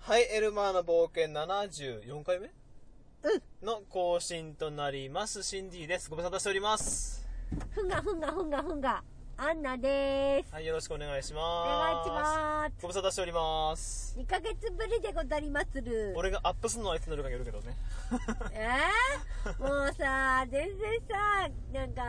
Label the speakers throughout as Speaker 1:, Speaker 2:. Speaker 1: はい、エルマーの冒険74回目
Speaker 2: うん
Speaker 1: の更新となります。シンディです。ご無沙汰しております。
Speaker 2: ふんがふんがふんがふんが、アンナです。
Speaker 1: はい、よろしくお願いし
Speaker 2: お願
Speaker 1: ま
Speaker 2: い
Speaker 1: す。
Speaker 2: しま
Speaker 1: ご無沙汰しております
Speaker 2: す。。2ヶ月ぶりでござりまする。
Speaker 1: 俺がアップするのはいつ乗るかによるけどね。
Speaker 2: えー、もうさ、全然さ、なんか、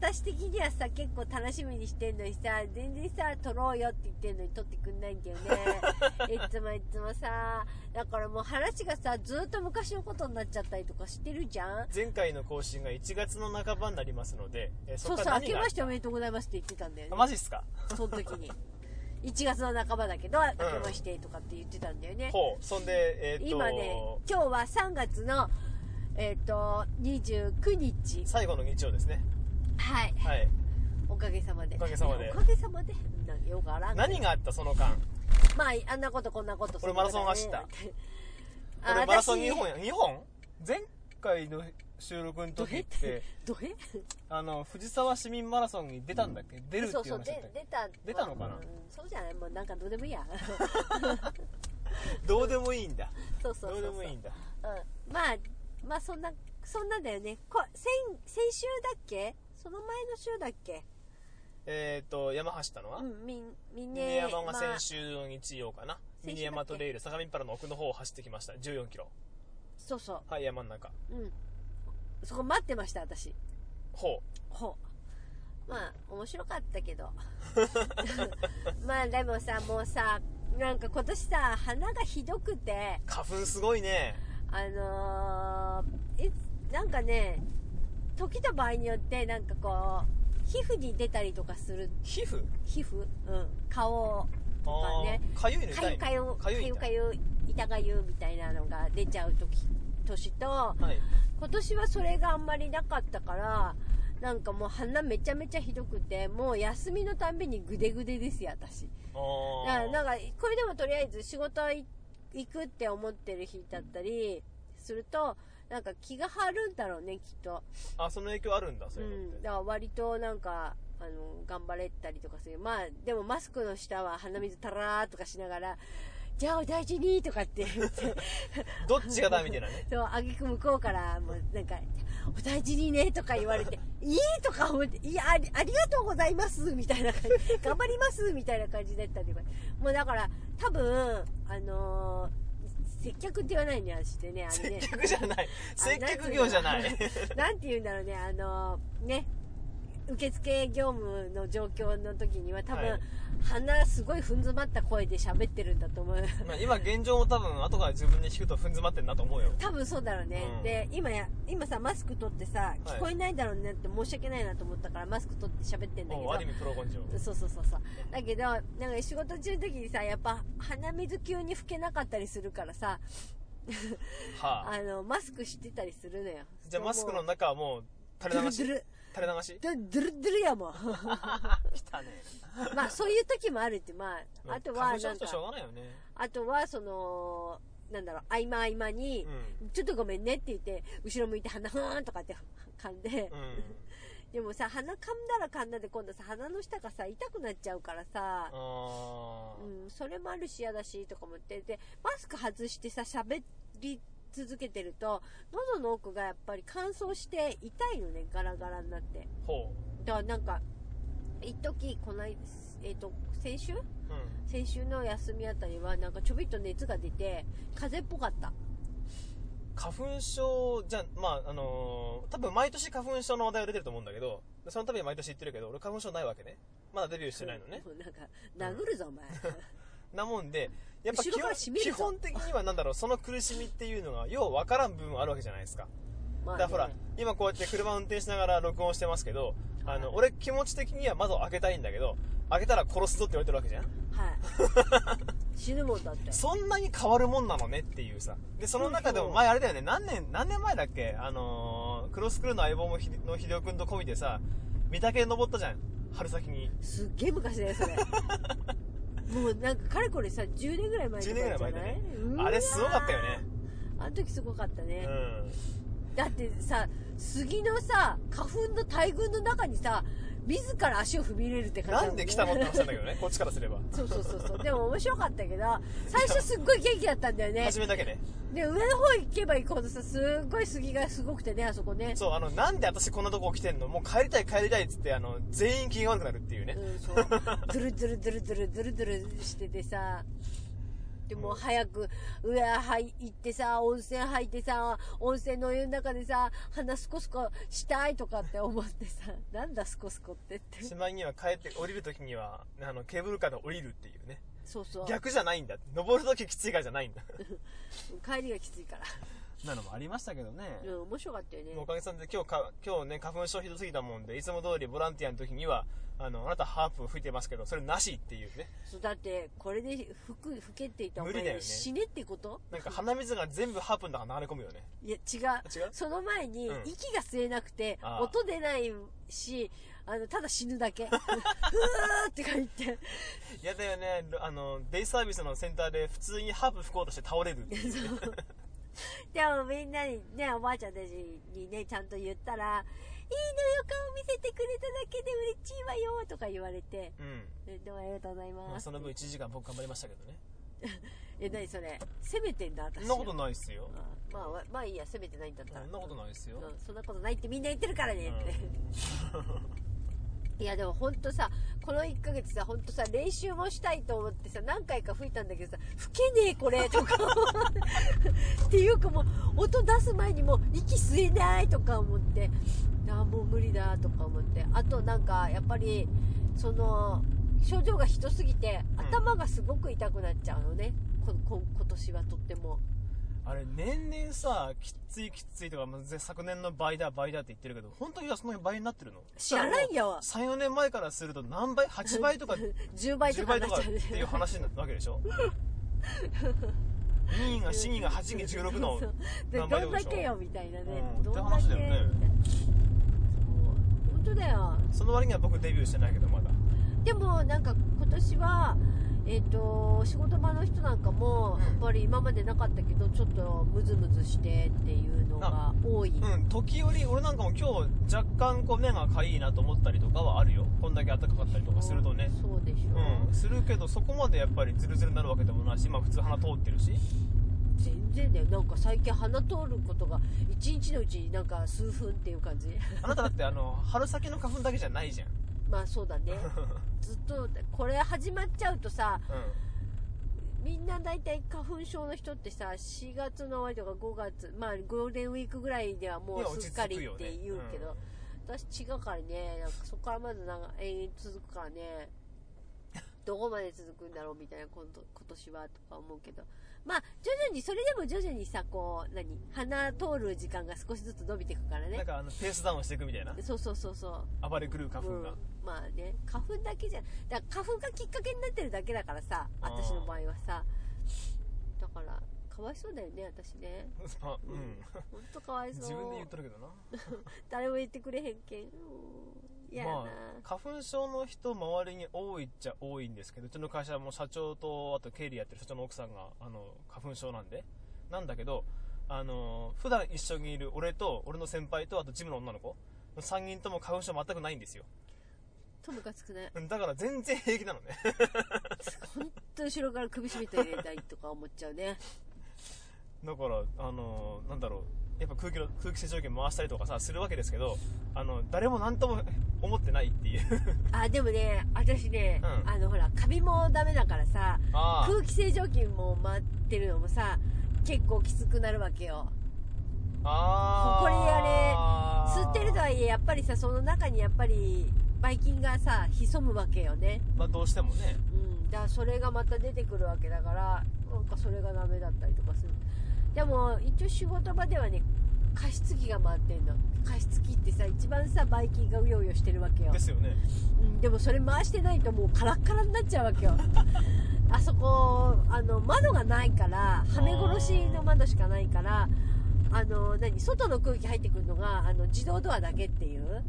Speaker 2: 私的にはさ、結構楽しみにしてんのにさ、全然さ、撮ろうよって言ってんのに撮ってくんないんだよ ね。いつもいつもさ、だからもう話がさ、ずーっと昔のことになっちゃったりとかしてるじゃん
Speaker 1: 前回の更新が1月の半ばになりますので、えー
Speaker 2: そう
Speaker 1: こ
Speaker 2: そう、明けましてておめでとうございますって言ってたんだよね。
Speaker 1: マジっすか
Speaker 2: その時に。1月の半ばだけど、明けましてとかって言ってたんだよね。
Speaker 1: ほう。そんで、えーっと、
Speaker 2: 今ね、今日は3月の、えっ、と、29日。
Speaker 1: 最後の日曜ですね。
Speaker 2: はい。
Speaker 1: はい。
Speaker 2: おかげさまで。
Speaker 1: おかげさまで
Speaker 2: おかげさまで。なんかよくあらんけど。
Speaker 1: 何があったその間。
Speaker 2: まあ、あんなことこんなこと。
Speaker 1: 俺マラソン走った
Speaker 2: そんなことね。 あ
Speaker 1: 俺マラソン2本
Speaker 2: 私
Speaker 1: や。2本前回の収録の
Speaker 2: ど
Speaker 1: 時
Speaker 2: へ
Speaker 1: っ
Speaker 2: ってて、。どへ
Speaker 1: あの、藤沢市民マラソンに出たんだっけ出るってい
Speaker 2: そううそう、
Speaker 1: 話だっ
Speaker 2: で
Speaker 1: たっけ
Speaker 2: 出た。
Speaker 1: 出たのかな
Speaker 2: うんそうじゃないもうなんかどうでもい いや。
Speaker 1: どうでもいいんだ。
Speaker 2: そうそうそう
Speaker 1: ど
Speaker 2: そうう。
Speaker 1: でもいいんだ。
Speaker 2: うんまあまあそんなそんなだよねこ先先週だっけその前の週だっけ
Speaker 1: えっと、山走ったのは
Speaker 2: うんみんみん
Speaker 1: ミ
Speaker 2: な
Speaker 1: ニ山が
Speaker 2: まあ
Speaker 1: 先週の日曜かな。
Speaker 2: 先週だっけ
Speaker 1: ミニ山トレイル、相模原の奥の方を走ってきました。14キロ。
Speaker 2: そうそ
Speaker 1: はい、山の中。
Speaker 2: ううんそこ待ってました私
Speaker 1: ほ
Speaker 2: ほうまあ面白かっ たけど まあでもさもうさなんか今年さ花がひどくて
Speaker 1: う。花粉すごいね。
Speaker 2: あのーいつなんかね時と場合によってなんかこう皮膚に出たりとかする
Speaker 1: 皮膚
Speaker 2: 皮膚、うん、顔とかね
Speaker 1: あーかゆいの
Speaker 2: か
Speaker 1: 痛い
Speaker 2: ゆ
Speaker 1: の
Speaker 2: かゆか
Speaker 1: い
Speaker 2: ゆ
Speaker 1: んだ
Speaker 2: かゆ痛がゆみたいなのが出ちゃう時年と
Speaker 1: はい。
Speaker 2: 今年はそれがあんまりなかったからなんかもう鼻めちゃめちゃひどくてもう休みのたんびにグデグデですよ私だか
Speaker 1: あ
Speaker 2: ら
Speaker 1: ー
Speaker 2: なんかこれでもとりあえず仕事行くって思ってる日だったりするとなんか気が張るんだろうねきっと
Speaker 1: あ、その影響あるんだ、そうういうのっ
Speaker 2: ん、
Speaker 1: て
Speaker 2: だ。から割となんかあの頑張れたりとかするまあでもマスクの下は鼻水たらーっとかしながら「じゃあお大事に」とかって言って
Speaker 1: どっちがだみたいなね。
Speaker 2: そうあげく向こうからもうなんか「お大事にね」とか言われて 「いい」とか思って「いやありありがとうございます」みたいな感じ「頑張ります」みたいな感じだったんでもうだから多分あのー接客って言わないねあして ねあれ
Speaker 1: 接
Speaker 2: ね
Speaker 1: 客じゃない。接客業じゃな
Speaker 2: あなん
Speaker 1: い。
Speaker 2: なんて言うんだろうね、あのね、受付業務の状況の時には多分、
Speaker 1: はい
Speaker 2: 鼻すごいふん詰まった声で喋ってるんだと思う。
Speaker 1: まあ今現状も多分後から自分で聞くとふん詰まってんなと思うよ。
Speaker 2: 多分そうだろうね。
Speaker 1: うん
Speaker 2: で、今や、今さ、マスク取ってさ、
Speaker 1: はい
Speaker 2: 聞こえないだろうねって申し訳ないなと思ったから、マスク取って喋ってんだけ
Speaker 1: もうアニ
Speaker 2: ど。
Speaker 1: メプロ根性。
Speaker 2: そうそうそうそう。だけど、なんか仕事中の時にさ、やっぱ鼻水急に吹けなかったりするからさ、
Speaker 1: はあ、
Speaker 2: あの、マスクしてたりするのよ。
Speaker 1: じゃあマスクの
Speaker 2: もう
Speaker 1: 中はもう垂れ流し
Speaker 2: ドゥ
Speaker 1: 垂れ
Speaker 2: ル
Speaker 1: 流 し
Speaker 2: ドゥル、ドゥルドゥルやもん。
Speaker 1: 来たね。
Speaker 2: まあそういう時もあるってまああとは
Speaker 1: 花粉症だ
Speaker 2: なん
Speaker 1: と
Speaker 2: か
Speaker 1: しょうがないよね。
Speaker 2: あとはそのなんだろう合間合間に
Speaker 1: う、
Speaker 2: ちょっとごめんね」って言って後ろ向いて鼻ふーんとかって噛んで、
Speaker 1: ん。うん。
Speaker 2: でもさ鼻噛んだら噛んだで今度さ鼻の下がさ痛くなっちゃうからさ、
Speaker 1: あ
Speaker 2: うん、それもあるし嫌だしとか思ってでマスク外してさ喋り続けてると喉の奥がやっぱり乾燥して痛いのねガラガラになって
Speaker 1: ー。ほ
Speaker 2: だからなんか一時こないえっ、と先週
Speaker 1: う。うん。
Speaker 2: 先週の休みあたりはなんかちょびっと熱が出て風邪っぽかった
Speaker 1: 花粉症じゃ、まあ、あのー多分毎年花粉症の話題が出てると思うんだけど、その度に毎年言ってるけど、俺花粉症ないわけね。まだデビューしてないのね。
Speaker 2: もうなんか殴るぞお前
Speaker 1: なもんで、やっぱ基
Speaker 2: 後ろから
Speaker 1: 本
Speaker 2: しみる
Speaker 1: 基
Speaker 2: ぞ
Speaker 1: 本的にはなんだろう、その苦しみっていうのが、ようわからん部分あるわけじゃないですか。
Speaker 2: ま
Speaker 1: だ
Speaker 2: あ
Speaker 1: からほら、今こうやって車運転しながら録音してますけど、あの、俺気持ち的には窓を開けたいんだけど、開けたら殺すぞって言われてるわけじゃん
Speaker 2: は い死ぬもんだって
Speaker 1: そんなに変わるもんなのねっていうさ。で、その中でも前あれだよね、何年、何年前だっけあのー、クロスクールの相棒もひのひでおくんと込みでさ、御嶽登ったじゃん。春先に。
Speaker 2: すっげえ昔だ よそれもうなんかかれこれさ10年ぐらい前と
Speaker 1: 10年
Speaker 2: か
Speaker 1: ぐらい
Speaker 2: じゃ
Speaker 1: 前で
Speaker 2: な
Speaker 1: ね
Speaker 2: い。
Speaker 1: あれすごかったよ
Speaker 2: うわーあの時すごかったね
Speaker 1: ね。う、ん。
Speaker 2: だってさ杉のさ花粉の大群の中にさ自ら足を踏み入れるって感じ
Speaker 1: な
Speaker 2: も
Speaker 1: んで来たのって話なんだけ どね、こっちからすれば。
Speaker 2: そうそうそうそうでも面白かったけど最初すっごい元気だったんだよね
Speaker 1: 初めだけね。
Speaker 2: で上の方行けば行くほどさすっごい杉がすごくてねあそこね
Speaker 1: そう、あの、なんで私こんなとこ来てんのもう帰りたい帰りたいっつって、あの、全員機嫌悪くなるっていうね。
Speaker 2: うん、 そう。ドゥルドゥルドゥルドゥルドゥルドゥルしててさ。でもう早く上入行ってさ、温泉入ってさ、温泉のお湯の中でさ、鼻スコスコしたいとかって思ってさ、 なんだスコスコってって。
Speaker 1: しまいには帰って降りるときには、あの、ケーブルカーで降りるっていうね。
Speaker 2: そうそう。
Speaker 1: 逆じゃないんだ。登るとききついからじゃないんだ。
Speaker 2: 帰りがきついから。
Speaker 1: なのもありましたけどね。
Speaker 2: うん、面白かったよね。
Speaker 1: おかげさんで今日か、今日ね、花粉症ひどすぎたもんで、いつも通りボランティアの時には、あの、あなたハープ吹いてますけど、それなしっていうね。
Speaker 2: そうだって、これで服、老けていたらお
Speaker 1: 無理だよ
Speaker 2: 前
Speaker 1: ね
Speaker 2: 死ねってこと
Speaker 1: なんか鼻水が全部ハープの中に流れ込むよね。
Speaker 2: いや、違う。
Speaker 1: 違う
Speaker 2: その前に
Speaker 1: うん、
Speaker 2: 息が吸えなくて、
Speaker 1: ああ
Speaker 2: 音出ないし、あの、ただ死ぬ だけ。ふーって書いて。
Speaker 1: いやだよね、あの、デイサービスのセンターで普通にハープ吹こうとして倒れるっていう。
Speaker 2: でもみんなにね、おばあちゃんたちにね、ちゃんと言ったら、いいのよ、顔見せてくれただけで嬉しいわよとか言われて、
Speaker 1: うん。
Speaker 2: えどうもありがとうござい
Speaker 1: ま
Speaker 2: ま
Speaker 1: あ、
Speaker 2: す。
Speaker 1: その分1時間僕頑張りましたけどね。
Speaker 2: え、なにそれ責めてんだ、私。
Speaker 1: そんなことないっすよ。
Speaker 2: あまあ、わまあいいや、責めてないんだった
Speaker 1: そ
Speaker 2: ら。
Speaker 1: んなことないっすよ。
Speaker 2: うんそんなことないってみんな言ってるからねって、 いやでもほんとさこの1ヶ月さほんとさ練習もしたいと思ってさ何回か吹いたんだけどさ「吹けねえこれ」とか っていうかもう音出す前にもう息吸えないとか思ってあーもう無理だとか思ってあとなんかやっぱりその症状がひどすぎて
Speaker 1: うん
Speaker 2: 頭がすごく痛くなっちゃうのね、ここ今年はとっても
Speaker 1: あれ、年々さ、きっついきっついとか、まあぜ昨年の倍だ倍だって言ってるけど、本当に今その倍になってるの
Speaker 2: 知らな
Speaker 1: よ。
Speaker 2: いよ
Speaker 1: 3、4年前からすると何倍 ?8 倍とか
Speaker 2: 10倍 と
Speaker 1: 10
Speaker 2: か
Speaker 1: 倍
Speaker 2: に
Speaker 1: と
Speaker 2: なっ
Speaker 1: か
Speaker 2: ち
Speaker 1: っ
Speaker 2: ゃ
Speaker 1: て
Speaker 2: う
Speaker 1: いう話になるわけで しょ2位が4位が8位が16の
Speaker 2: そうで
Speaker 1: 頑
Speaker 2: どん
Speaker 1: 張るで
Speaker 2: だ
Speaker 1: しょ
Speaker 2: けよみたいなね、
Speaker 1: うん
Speaker 2: どんだけ
Speaker 1: って話だよね
Speaker 2: みたいなそう本当だよ
Speaker 1: その割には僕デビューしてないけどまだ
Speaker 2: でもなんか今年はえっ、と仕事場の人なんかも
Speaker 1: うん
Speaker 2: やっぱり今までなかったけどちょっとムズムズしてっていうのが多い、
Speaker 1: うん時折俺なんかも今日若干こう目がかいいなと思ったりとかはあるよこんだけ暖かかったりとかするとね
Speaker 2: そうでしょ、
Speaker 1: うんするけどそこまでやっぱりズルズルになるわけでもないし今普通鼻通ってるし
Speaker 2: 全然だよなんか最近鼻通ることが一日のうちになんか数分っていう 感じ
Speaker 1: あなただってあの春先の花粉だけじゃないじゃん
Speaker 2: まあそうだねずっとこれ始まっちゃうとさ
Speaker 1: う
Speaker 2: みんな大体花粉症の人ってさ4月の終わりとか5月まあゴールデンウィークぐらいではも
Speaker 1: いや
Speaker 2: う
Speaker 1: 落
Speaker 2: す
Speaker 1: ち
Speaker 2: っ
Speaker 1: 着
Speaker 2: か
Speaker 1: く
Speaker 2: りっ
Speaker 1: よね
Speaker 2: て言うけど、私違うからねなんかそこからまずなんか永遠続くからねどこまで続くんだろうみたいな今度今年はとか思うけどまあ徐々にそれでも徐々にさこう何鼻通る時間が少しずつ伸びていくから
Speaker 1: んなん
Speaker 2: ね
Speaker 1: かあのペースダウンしていくみたいな
Speaker 2: そうそうそうそう
Speaker 1: 暴れ狂う花粉が
Speaker 2: うん、まあね花粉だけじゃだから花粉がきっかけになってるだけだからさ
Speaker 1: あー
Speaker 2: 私の場合はさだからかわいそうだよね私 ね
Speaker 1: まあうん
Speaker 2: ほんとかわいそう
Speaker 1: 自分で言っとるけどな
Speaker 2: 誰も言ってくれへんけんいやな、
Speaker 1: まあ、花粉症の人周りに多いっちゃ多いんですけどうちの会社も社長とあと経理やってる社長の奥さんがあの花粉症なんでなんだけどあの普段一緒にいる俺と俺の先輩とあとジムの女の子3人とも花粉症全くないんですよ
Speaker 2: ともかつくない
Speaker 1: うんだから全然平気なのね
Speaker 2: ほんと後ろから首絞めて入れたいとか思っちゃうね
Speaker 1: だからあのなんだろうやっぱ空気の空気清浄機回したりとかさするわけですけどあの誰も何とも思ってないっていう
Speaker 2: あでもね私ね、
Speaker 1: うん
Speaker 2: あのほらカビもダメだからさ
Speaker 1: あ
Speaker 2: 空気清浄機も回ってるのもさ結構きつくなるわけよ
Speaker 1: ああ
Speaker 2: ほこりあれ吸
Speaker 1: あ
Speaker 2: ってるとはいえやっぱりさその中にやっぱりばい菌がさ潜むわけよね
Speaker 1: まあどうしてもね
Speaker 2: うんだからそれがまた出てくるわけだからなんかそれがダメだったりとかするでも一応仕事場ではね加湿器が回ってんの加湿器ってさ一番さばい菌がうようよしてるわけよ
Speaker 1: で、すよね
Speaker 2: うん、でもそれ回してないともうカラッカラになっちゃうわけよあそこあの窓がないからはめ殺しの窓しかないからあの何外の空気入ってくるのがあの自動ドアだけっていう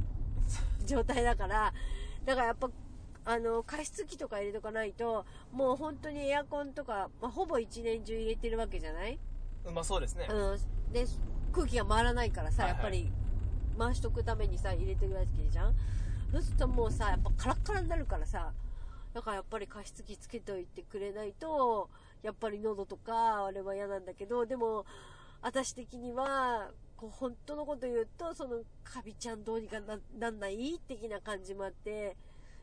Speaker 2: 状態だからだからやっぱあの加湿器とか入れとかないともう本当にエアコンとか、まあ、ほぼ一年中入れてるわけじゃない、
Speaker 1: まあそうですね。
Speaker 2: うん、で空気が回らないからさ、
Speaker 1: はいはい
Speaker 2: やっぱり回しとくためにさ入れてるわけじゃんそうするともうさやっぱカラッカラになるからさだからやっぱり加湿器つけといてくれないとやっぱり喉とかあれは嫌なんだけどでも私的にはこう本当のこと言うとそのカビちゃんどうにかななんない的な感じもあって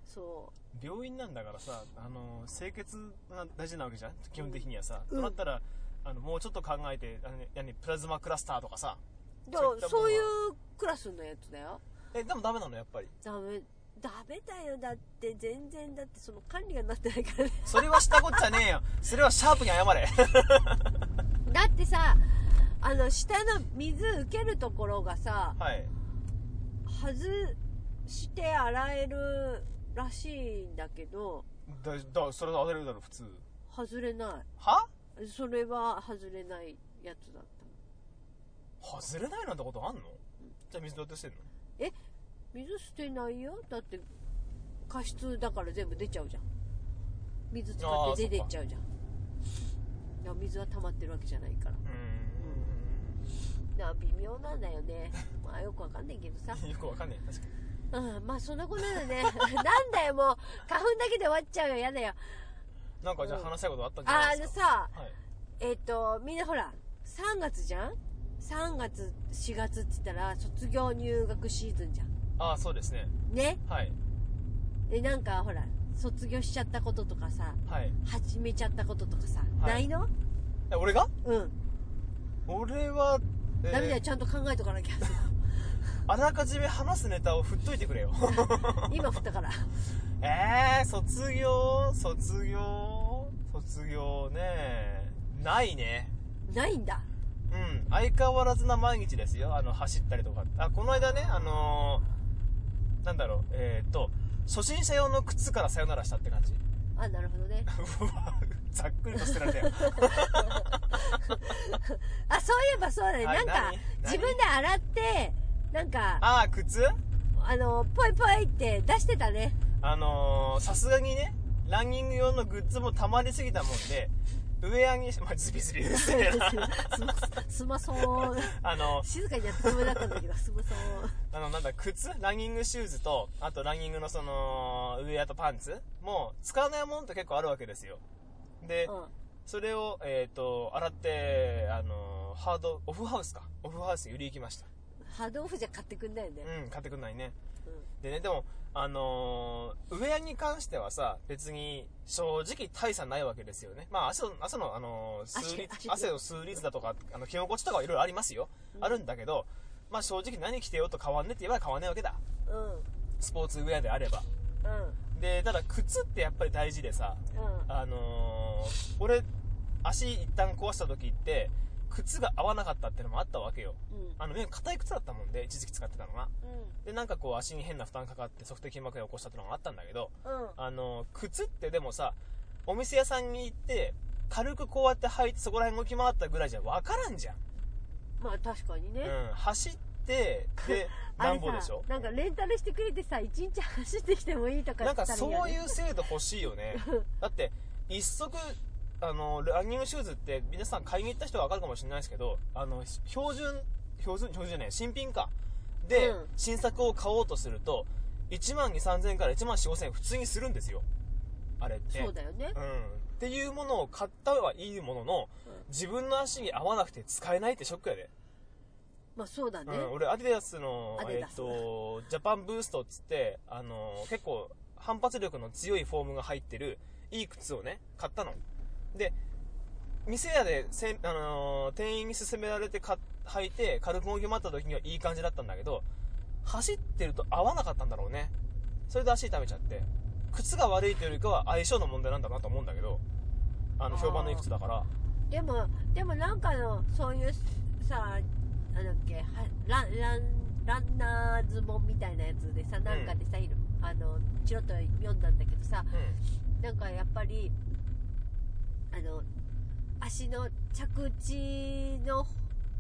Speaker 2: そ
Speaker 1: 病院なんだからさ、あの、清潔が大事なわけじゃん基本的にはさ。
Speaker 2: うん
Speaker 1: となったら、あの、もうちょっと考えて、あの、何、プラズマクラスターとかさ。
Speaker 2: うだ
Speaker 1: そういったものは
Speaker 2: そういうクラスのやつだよ
Speaker 1: え、でもダメなの、やっぱり。
Speaker 2: ダメダメだよだって全然だってその管理がなってないからね
Speaker 1: それはしたこっちゃねえよ。それはシャープに謝れ。
Speaker 2: だってさあの下の水受けるところがさ
Speaker 1: はい。
Speaker 2: 外して洗えるらしいんだけど
Speaker 1: だ、だ、それは当たるだろ、普通。
Speaker 2: 外れな
Speaker 1: はい
Speaker 2: それは外れないやつだった
Speaker 1: 外れないなんてことあんのじゃあ水どうやってしてんの
Speaker 2: 水捨てないよだって加湿だから全部出ちゃうじゃん水使
Speaker 1: あ
Speaker 2: っ
Speaker 1: ー
Speaker 2: て出てっちゃうじゃんだから水は溜まってるわけじゃないから
Speaker 1: う
Speaker 2: だから微妙なんだよねまあよくわかんないけどさ
Speaker 1: ーん。よくわかんない。確かに。
Speaker 2: うんまあそんなことだね なんだよもう花粉だけで終わっちゃうよやだよ
Speaker 1: なんかじゃあ
Speaker 2: うん
Speaker 1: 話したいことあったんじゃ
Speaker 2: あ
Speaker 1: な
Speaker 2: あ
Speaker 1: い
Speaker 2: の
Speaker 1: ですか。
Speaker 2: さ
Speaker 1: はい。
Speaker 2: えっ、とみんなほら3月じゃん3月4月って言ったら卒業入学シーズンじゃん
Speaker 1: ああ、そうですね。
Speaker 2: ね
Speaker 1: はい。
Speaker 2: でなんかほら卒業しちゃったこととかさ
Speaker 1: はい。
Speaker 2: 始めちゃったこととかさ、
Speaker 1: はい
Speaker 2: ないの
Speaker 1: え、俺が
Speaker 2: うん、
Speaker 1: 俺は、えー
Speaker 2: ダメだよちゃんと考えとかな きゃ
Speaker 1: あらかじめ話すネタを振っといてくれ よ。
Speaker 2: 今振ったから
Speaker 1: えー、卒業、卒業、卒業ね。ないね。
Speaker 2: ないんだ
Speaker 1: うん。相変わらずな毎日ですよ。あの、走ったりとか。あ、この間ね、あのーなんだろう、えーっと、初心者用の靴からさよならしたって感じ。
Speaker 2: あなるほどね
Speaker 1: うわざっくりと捨てられたよ。
Speaker 2: あそういえばそうだね
Speaker 1: あ
Speaker 2: なんか
Speaker 1: 何
Speaker 2: 自分で洗ってなんかあ
Speaker 1: ああ、靴
Speaker 2: のポイポイって出して たね
Speaker 1: あのーさすがにね、ランニング用のグッズも溜まりすぎたもんで、上上げし、まあ、ズビズビうるせえな。
Speaker 2: すすまそう
Speaker 1: あの、
Speaker 2: 静かにやってつもりだったんだけどすまそう
Speaker 1: あの、なんだ、靴ランニングシューズと、あとランニングのその、ウェアとパンツも、使わないものって結構あるわけですよ。で、それを、えっ、と、洗って、あのーハード、オフハウスか。オフハウスに売り行きました。
Speaker 2: うんハードオフじゃ買ってくんないよね、
Speaker 1: うん、買ってくんないね。
Speaker 2: うん
Speaker 1: でね、でも、あのーウェアに関してはさ、別に、正直大差ないわけですよね。まあ、汗の、汗の、あのー数
Speaker 2: 足
Speaker 1: 率
Speaker 2: 足、
Speaker 1: 汗を数率だとか、あの、着心地とかはいろいろありますよ。
Speaker 2: うん
Speaker 1: あるんだけど、まあ正直何着てようと変わんねって言えば変わんないわけだ。
Speaker 2: うんうん
Speaker 1: スポーツウェアであれば。で、ただ靴ってやっぱり大事でさ、
Speaker 2: うん
Speaker 1: あのー俺、足一旦壊した時って、靴が合わなかったってのもあったわけよ。
Speaker 2: うん
Speaker 1: あの、硬い靴だったもんで、一時期使ってたのが。
Speaker 2: うん
Speaker 1: で、なんかこう足に変な負担かかって、測定筋膜炎を起こしたってのがあったんだけど、
Speaker 2: うん
Speaker 1: あの、靴ってでもさ、お店屋さんに行って、軽くこうやって履いてそこら辺動き回ったぐらいじゃ分からんじゃん。
Speaker 2: まあ確かにね、
Speaker 1: うん。走って、で、
Speaker 2: あ
Speaker 1: な
Speaker 2: れ
Speaker 1: んぼでし
Speaker 2: さ
Speaker 1: ょ
Speaker 2: なんかレンタルしてくれてさ一日走ってきてもいいとか
Speaker 1: な
Speaker 2: 言
Speaker 1: ん
Speaker 2: っ
Speaker 1: か
Speaker 2: たらいい
Speaker 1: そ
Speaker 2: よ
Speaker 1: う
Speaker 2: ね
Speaker 1: いう制度欲しいよ ね。だって、一足、あの、ランニングシューズって皆さん買いに行った人は分かるかもしれないですけど、あの、標準、標準、標準じゃない、新品か。で、
Speaker 2: うん
Speaker 1: 新作を買おうとすると、1万2、3千から1万4、5千普通にするんですよ。あれって。
Speaker 2: そうだよね
Speaker 1: う、んっていうものを買ったはいいものの、
Speaker 2: うん
Speaker 1: 自分の足に合わなくて使えないってショックやで。
Speaker 2: まあそうだね、
Speaker 1: うん、俺、アディダスの
Speaker 2: ア、ディ
Speaker 1: え
Speaker 2: ダ
Speaker 1: っ
Speaker 2: ス
Speaker 1: と、ジャパンブーストっつって、あの、結構、反発力の強いフォームが入ってる、いい靴をね、買ったの。で、店屋でせん、あのー店員に勧められて買っ履いて、軽く動き回った時にはいい感じだったんだけど、走ってると合わなかったんだろうね。それで足痛めちゃって。靴が悪いというよりかは相性の問題なんだろうなと思うんだけど、あの、評判のいい靴だから。
Speaker 2: でもでもなんかのそういうさなんだっけはランランランナーズ本みたいなやつでさなんかでさ、いるあのチロッと読んだんだけどさ
Speaker 1: う
Speaker 2: なんかやっぱりあの足の着地の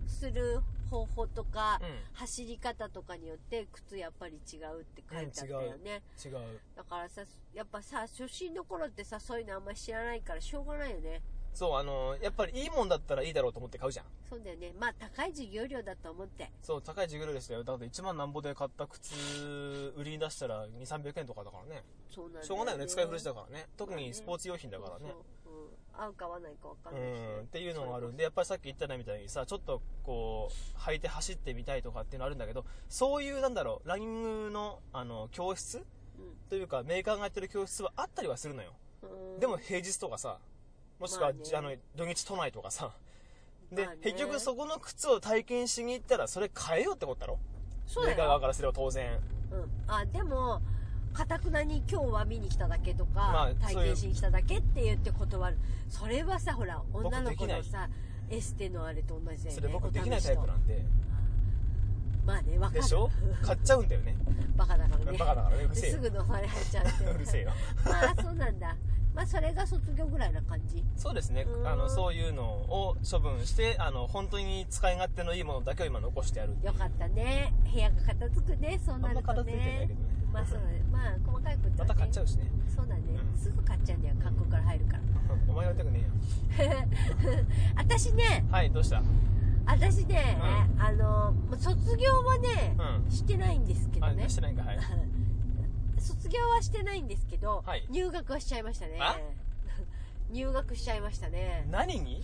Speaker 2: する方法とか、
Speaker 1: ん。うん。
Speaker 2: 走り方とかによって靴やっぱり違うって書いてあったよね、
Speaker 1: 違う。
Speaker 2: だからさやっぱさ初心の頃ってさそういうのあんまり知らないからしょうがないよね
Speaker 1: そう、あのーやっぱりいいもんだったらいいだろうと思って買うじゃん。
Speaker 2: そうだよねまあ高い授業料だと思って
Speaker 1: そう高い授業料でしたよだって1万なんぼで買った靴売りに出したら2300円とかだからね
Speaker 2: そうなんだ
Speaker 1: しょうがないよね使い古しだ
Speaker 2: か
Speaker 1: からね特にスポーツ用品だからね
Speaker 2: そううん、合うか合わないか分かん
Speaker 1: う
Speaker 2: ないしね、
Speaker 1: んっていうのがあるんでやっぱりさっき言ったみたいにさちょっとこう履いて走ってみたいとかっていうのあるんだけどそういうなんだろうランニングのあの教室というかメーカーがやってる教室はあったりはするのよ
Speaker 2: うん、うん
Speaker 1: でも平日とかさもしくは、
Speaker 2: まあね
Speaker 1: じあの土日都内とかさで、
Speaker 2: まあね
Speaker 1: 結局そこの靴を体験しに行ったらそれ変えようってことだろ
Speaker 2: そうだ
Speaker 1: メーカー側
Speaker 2: よ、
Speaker 1: からすれば当然
Speaker 2: うん、あでもかたくなに今日は見に来ただけとか、
Speaker 1: まあ
Speaker 2: 体験しに来ただけって言って断るそれはさほら女の子
Speaker 1: 僕で
Speaker 2: の
Speaker 1: き
Speaker 2: さエステのあれと同じだよね
Speaker 1: それ僕できないタイプなんで
Speaker 2: まあねわかる
Speaker 1: でしょ買っちゃうんだよ ね
Speaker 2: バカだからね
Speaker 1: バカだからねうるせえ
Speaker 2: す
Speaker 1: よ
Speaker 2: ぐ飲まれちゃって
Speaker 1: うるせえよ
Speaker 2: まあそうなんだまあそれが卒業ぐらいな感じ
Speaker 1: そうですね
Speaker 2: うん
Speaker 1: あのそういうのを処分してあの本当に使い勝手のいいものだけを今残してある
Speaker 2: よかったね部屋が片付くねそう
Speaker 1: あ
Speaker 2: なん
Speaker 1: ま
Speaker 2: ると
Speaker 1: 片付いてない
Speaker 2: ね
Speaker 1: けどね
Speaker 2: まあそうだねまあ細かいことは、ね、
Speaker 1: また買っちゃうしね
Speaker 2: そうだね、
Speaker 1: うん
Speaker 2: すぐ買っちゃうんだよ韓国から入るから
Speaker 1: お前の手がねえよ
Speaker 2: 私ね
Speaker 1: はいどうした
Speaker 2: 私ね、あのもう卒業はね
Speaker 1: う、ん
Speaker 2: してないんですけど
Speaker 1: あ
Speaker 2: ね
Speaker 1: してないんかはい
Speaker 2: 卒業はしてないんですけど、
Speaker 1: はい
Speaker 2: 入学はしちゃいましたね
Speaker 1: あ
Speaker 2: 入学しちゃいましたね
Speaker 1: 何に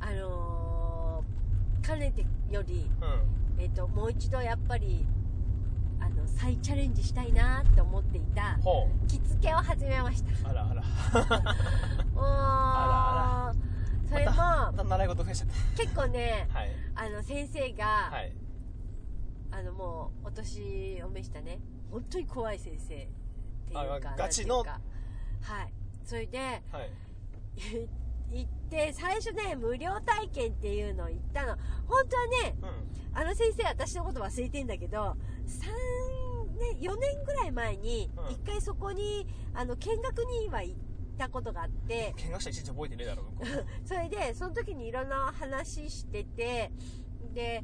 Speaker 2: あのーかねてより、
Speaker 1: うん
Speaker 2: えっともう一度やっぱりあの再チャレンジしたいなって思っていた
Speaker 1: ほう
Speaker 2: 着付けを始めました
Speaker 1: あらあら
Speaker 2: もう
Speaker 1: あ
Speaker 2: それも
Speaker 1: また習い事増やしちゃっ
Speaker 2: 結構ね
Speaker 1: たはい
Speaker 2: あの先生が、
Speaker 1: はい
Speaker 2: あのもうお年を召したね本当に怖い先生っていうか
Speaker 1: あ
Speaker 2: なんていうか
Speaker 1: ガチの
Speaker 2: はいそれで
Speaker 1: はい
Speaker 2: 行って最初ね無料体験っていうのを行ったの本当はね
Speaker 1: うん
Speaker 2: あの先生私のこと忘れてんだけど3ね4年ぐらい前に
Speaker 1: うん
Speaker 2: 一回そこにあの見学には行ったことがあって
Speaker 1: 見学者いちいち覚えてねえだろ向こう
Speaker 2: それでその時にいろんな話しててで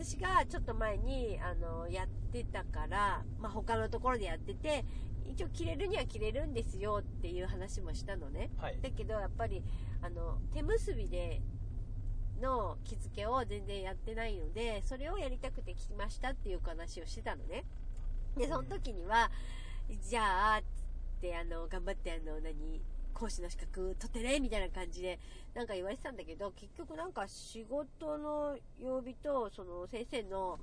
Speaker 2: 私がちょっと前にあのやってたから、まあ、他のところでやってて一応着れるには着れるんですよっていう話もしたのね
Speaker 1: はい
Speaker 2: だけどやっぱりあの手結びでの着付けを全然やってないのでそれをやりたくて来ましたっていう話をしてたのねでその時には、じゃあつってあの頑張ってあの何講師の資格取ってねみたいな感じでなんか言われてたんだけど結局なんか仕事の曜日とその先生の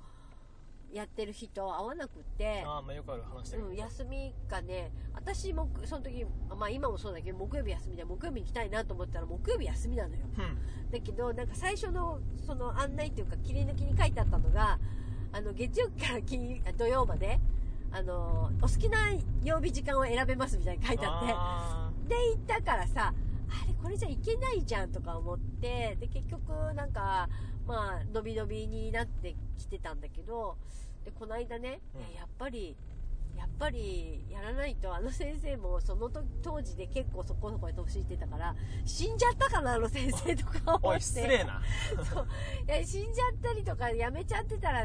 Speaker 2: やってる日と合わなくって
Speaker 1: ああまあよくある話だけど
Speaker 2: うん、休みがね、私もその時、まあ今もそうだけど、木曜日休みだ、木曜日行きたいなと思ったら、木曜日休みなのよ。
Speaker 1: うん
Speaker 2: だけど、なんか最初の、その案内というか、切り抜きに書いてあったのが、あの、月曜日から金土曜まで、あの、お好きな曜日時間を選べますみたいに書いてあって、
Speaker 1: あ
Speaker 2: で行ったからさあれこれじゃいけないじゃんとか思ってで結局なんかまあ伸び伸びになってきてたんだけどでこの間ね、
Speaker 1: うん
Speaker 2: いややっぱりやっぱりやらないとあの先生もその時当時で結構そこそこに年いってたから死んじゃったかなあの先生とか
Speaker 1: ー
Speaker 2: 思
Speaker 1: お
Speaker 2: っ
Speaker 1: い
Speaker 2: て
Speaker 1: 失礼ない
Speaker 2: や死んじゃったりとかやめちゃってたら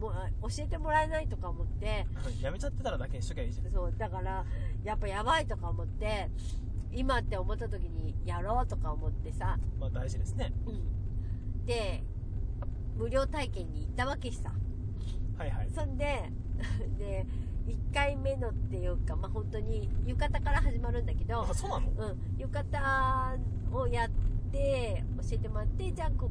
Speaker 2: もうあ教えてもらえないとか思って
Speaker 1: やめちゃってたらだけにしときゃいいじゃん
Speaker 2: そうだからやっぱやばいとか思って今って思った時にやろうとか思ってさ、
Speaker 1: まあ大事ですね
Speaker 2: うん、で無料体験に行ったわけさ
Speaker 1: はいはい
Speaker 2: そんで で1回目のっていうかまあ本当に浴衣から始まるんだけど
Speaker 1: あ、そうなの
Speaker 2: うん、浴衣をやって教えてもらってじゃあこ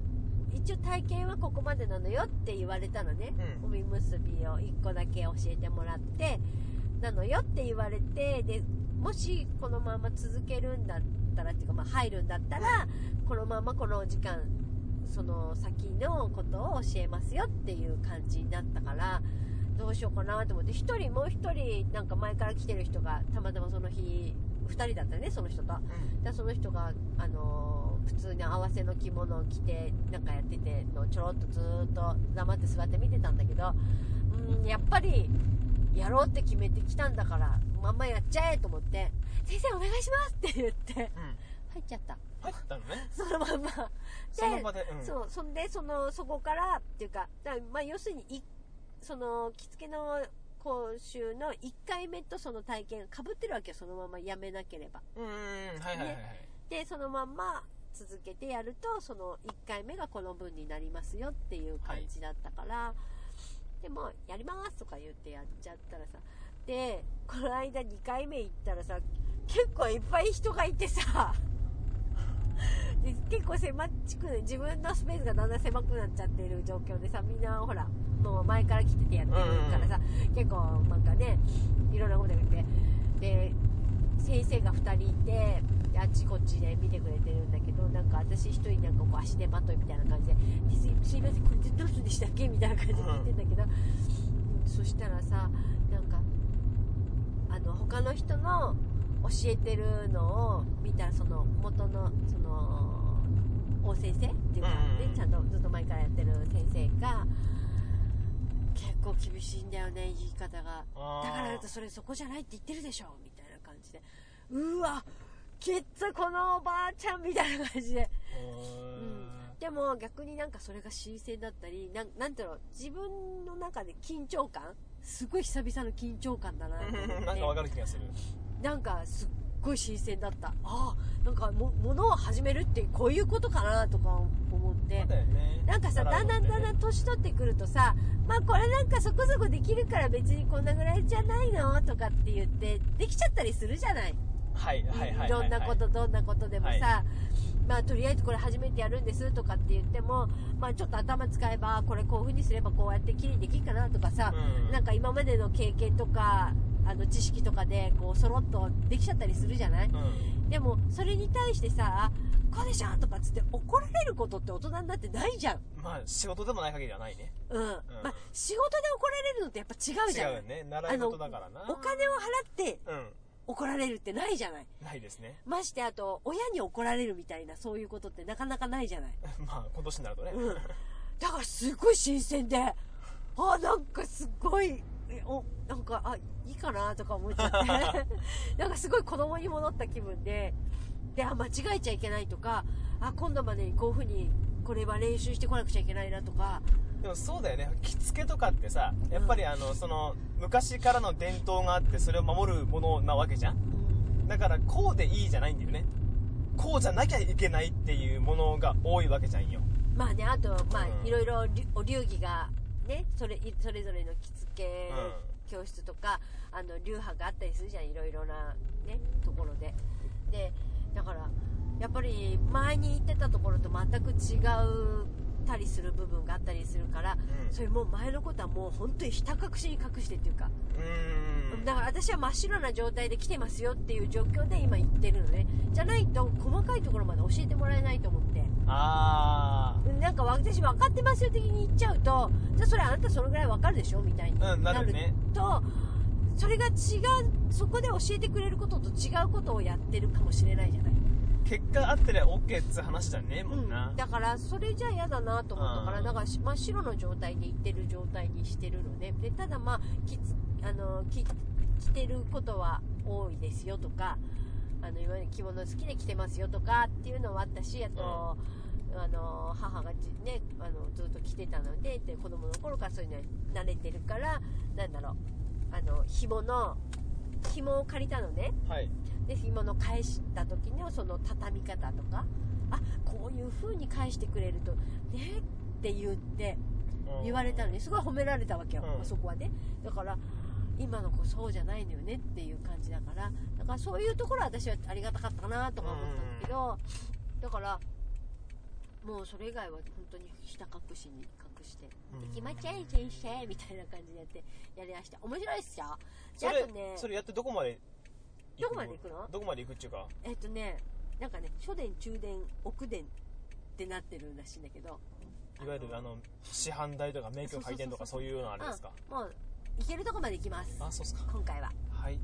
Speaker 2: 一応体験はここまでなのよって言われたのね
Speaker 1: うん
Speaker 2: 帯結びを1個だけ教えてもらってなのよって言われてでもしこのまま続けるんだったらっていうか、まあ、入るんだったらこのままこの時間その先のことを教えますよっていう感じになったからどうしようかなと思って1人もう1人なんか前から来てる人がたまたまその日2人だったねその人と。
Speaker 1: うん
Speaker 2: でその人が、あのー普通に合わせの着物を着てなんかやっててのちょろっとずーっと黙って座って見てたんだけどうんやっぱりやろうって決めてきたんだからまんまやっちゃえと思って「先生お願いします」って言って
Speaker 1: うん
Speaker 2: 入っちゃった
Speaker 1: 入ったのね
Speaker 2: そのまんまで
Speaker 1: その場でうん
Speaker 2: そうそんでそのそこからっていうかだからまあ要するにいその着付けの講習の1回目とその体験かぶってるわけよそのままやめなければ
Speaker 1: うんうんはいはいはいはい
Speaker 2: でそのまんま続けてやるとその1回目がこの分になりますよっていう感じだったから、でもやりますとか言ってやっちゃったらさでこの間2回目行ったらさ結構いっぱい人がいてさ で結構狭っちく自分のスペースがだんだん狭くなっちゃってる状況でさみんなほらもう前から来ててやってるからさ、結構なんかねいろんなこと言ってで先生が2人いてであっちこっちで見てくれてるんだけどなんか私1人なんかこう足手まといみたいな感じで「ですすいませんこれどうするんでしたっけ?」みたいな感じで聞いてんだけど、うんそしたらさなんかあの他の人の教えてるのを見たらその元のその王先生っていうか、ね
Speaker 1: うんうん
Speaker 2: ちゃんとずっと前からやってる先生が結構厳しいんだよね言い方が。
Speaker 1: あ
Speaker 2: だ
Speaker 1: ー
Speaker 2: からあなたそれそこじゃないって言ってるでしょみたいな感じでうわきっとこのおばあちゃんみたいな感じで
Speaker 1: う
Speaker 2: でも逆になんかそれが新鮮だったりなんなんていうの自分の中で緊張感すごい久々の緊張感だなと思
Speaker 1: ーん
Speaker 2: っ
Speaker 1: なん
Speaker 2: て
Speaker 1: かわかる気がする
Speaker 2: なんかすっごい新鮮だったああなんかもものを始めるってこういうことかなとか思って
Speaker 1: そうだよね
Speaker 2: なんかさ、だんだんだんだ
Speaker 1: ん
Speaker 2: ん年取ってくるとさ、まあこれなんかそこそこできるから別にこんなぐらいじゃないのとかって言って、できちゃったりするじゃない。
Speaker 1: はいはいはいはいはい
Speaker 2: いろんなこと、どんなことでもさ、
Speaker 1: はい
Speaker 2: まあとりあえずこれ初めてやるんですとかって言っても、まあちょっと頭使えば、これこういう風にすればこうやってきれいにできるかなとかさ、
Speaker 1: うん
Speaker 2: なんか今までの経験とか、あの知識とかでこうそろっとできちゃったりするじゃない
Speaker 1: うん
Speaker 2: でもそれに対してさ、こうでしょとかっつって怒られることって大人になってないじゃん。
Speaker 1: まあ仕事でもない限りはないね
Speaker 2: うん、まあ仕事で怒られるのってやっぱ違うじ
Speaker 1: 違
Speaker 2: ゃ
Speaker 1: う
Speaker 2: な
Speaker 1: よ
Speaker 2: い
Speaker 1: ね習い事だからな
Speaker 2: お金を払って
Speaker 1: うん
Speaker 2: 怒られるってないじゃない
Speaker 1: ないですね
Speaker 2: ましてあと親に怒られるみたいなそういうことってなかなかないじゃない
Speaker 1: まあ今年になるとね、
Speaker 2: うんだからすごい新鮮であーなんかすごいえおなんかあいいかなとか思っちゃって なんかすごい子供に戻った気分でであ間違えちゃいけないとかあ今度までにこういうふうにこれは練習してこなくちゃいけないなとか
Speaker 1: でもそうだよね着付けとかってさやっぱりあのその昔からの伝統があってそれを守るものなわけじゃんだからこうでいいじゃないんだよねこうじゃなきゃいけないっていうものが多いわけじゃんよ
Speaker 2: まあねあとま
Speaker 1: う
Speaker 2: あ
Speaker 1: ん
Speaker 2: いろいろりゅお流儀がねそれいそれぞれの着付け
Speaker 1: う
Speaker 2: 教室とか、あの流派があったりするじゃんいろいろなねところででだからやっぱり前に行ってたところと全く違うたりする部分があったりするから
Speaker 1: うん
Speaker 2: それもう前のことはもう本当にひた隠しに隠してっていうか
Speaker 1: うーん
Speaker 2: だから私は真っ白な状態で来てますよっていう状況で今行ってるのねじゃないと細かいところまで教えてもらえないと思って
Speaker 1: あ
Speaker 2: なんか私分かってますよ的に言っちゃうとじゃあそれあなたそのぐらい分かるでしょみたいに
Speaker 1: うんな
Speaker 2: な
Speaker 1: る
Speaker 2: る
Speaker 1: ね
Speaker 2: とそれが違うそこで教えてくれることと違うことをやってるかもしれないじゃない、
Speaker 1: 結果あってりゃ OK っつう話だねもんな、
Speaker 2: うん、だからそれじゃ嫌だなと思ったか
Speaker 1: う
Speaker 2: ら
Speaker 1: ん
Speaker 2: だから真っ白の状態で行ってる状態にしてるのねでただまあきつあのき着てることは多いですよとかあのいわゆる着物好きで着てますよとかっていうのはあったしあと、あの母がじ、ね、あのずっと着てたのでで子供の頃からそういうのに慣れてるからなんだろうあの紐の紐を借りたのね
Speaker 1: はい
Speaker 2: で紐の返した時のその畳み方とかあこういう風に返してくれるとねって言って言われたのにすごい褒められたわけよ、
Speaker 1: うん
Speaker 2: そこはねだから今の子そうじゃないのよねっていう感じだからだからそういうところは私はありがたかったかなとか思ったんだけど、だからもうそれ以外は本当にひた隠しに隠して
Speaker 1: うん
Speaker 2: 「できまっちゃえ人生」みたいな感じでやってやりました面白いっすよ
Speaker 1: そ
Speaker 2: であ
Speaker 1: れ
Speaker 2: とね
Speaker 1: それやってどこまで
Speaker 2: どこまで行くの
Speaker 1: どこまで行くっちゅうか
Speaker 2: えっとねなんかね初殿中殿奥殿ってなってるらしいんだけど
Speaker 1: いわゆるあの市販代とか免許回転とかそういうようなあれですか
Speaker 2: もう行けるとこまで行きます
Speaker 1: あそうっすか
Speaker 2: 今回は
Speaker 1: はい
Speaker 2: っ